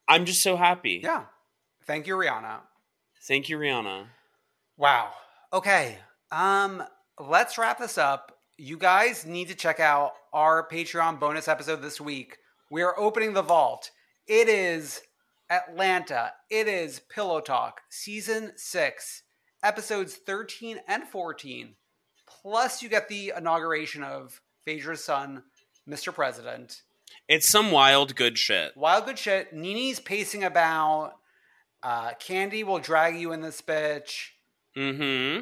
Speaker 4: I'm just so happy.
Speaker 3: Yeah. Thank you, Rihanna.
Speaker 4: Thank you, Rihanna.
Speaker 3: Wow. Okay. Um, let's wrap this up. You guys need to check out our Patreon bonus episode this week. We are opening the vault. It is Atlanta. It is Pillow Talk, season six, episodes 13 and 14. Plus, you get the inauguration of Phaedra's son, Mr. President.
Speaker 4: It's some wild good shit.
Speaker 3: Wild good shit. Nini's pacing about. Uh, Candy will drag you in this bitch.
Speaker 4: Mm-hmm.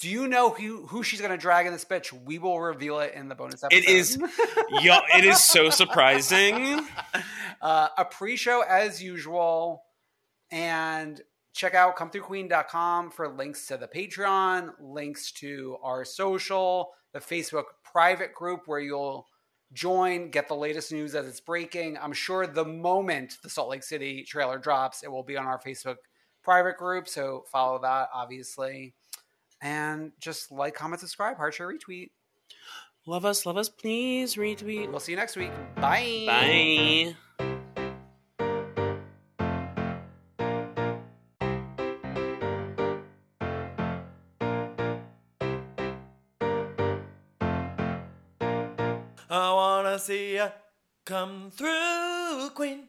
Speaker 3: Do you know who who she's gonna drag in this bitch? We will reveal it in the bonus episode.
Speaker 4: It is, yo, it is so surprising.
Speaker 3: uh, a pre-show as usual, and check out comethroughqueen.com for links to the Patreon, links to our social, the Facebook private group where you'll join, get the latest news as it's breaking. I'm sure the moment the Salt Lake City trailer drops, it will be on our Facebook private group. So follow that, obviously. And just like, comment, subscribe, heart share, retweet.
Speaker 4: Love us, love us, please retweet.
Speaker 3: We'll see you next week. Bye.
Speaker 4: Bye.
Speaker 2: I wanna see ya come through, Queen.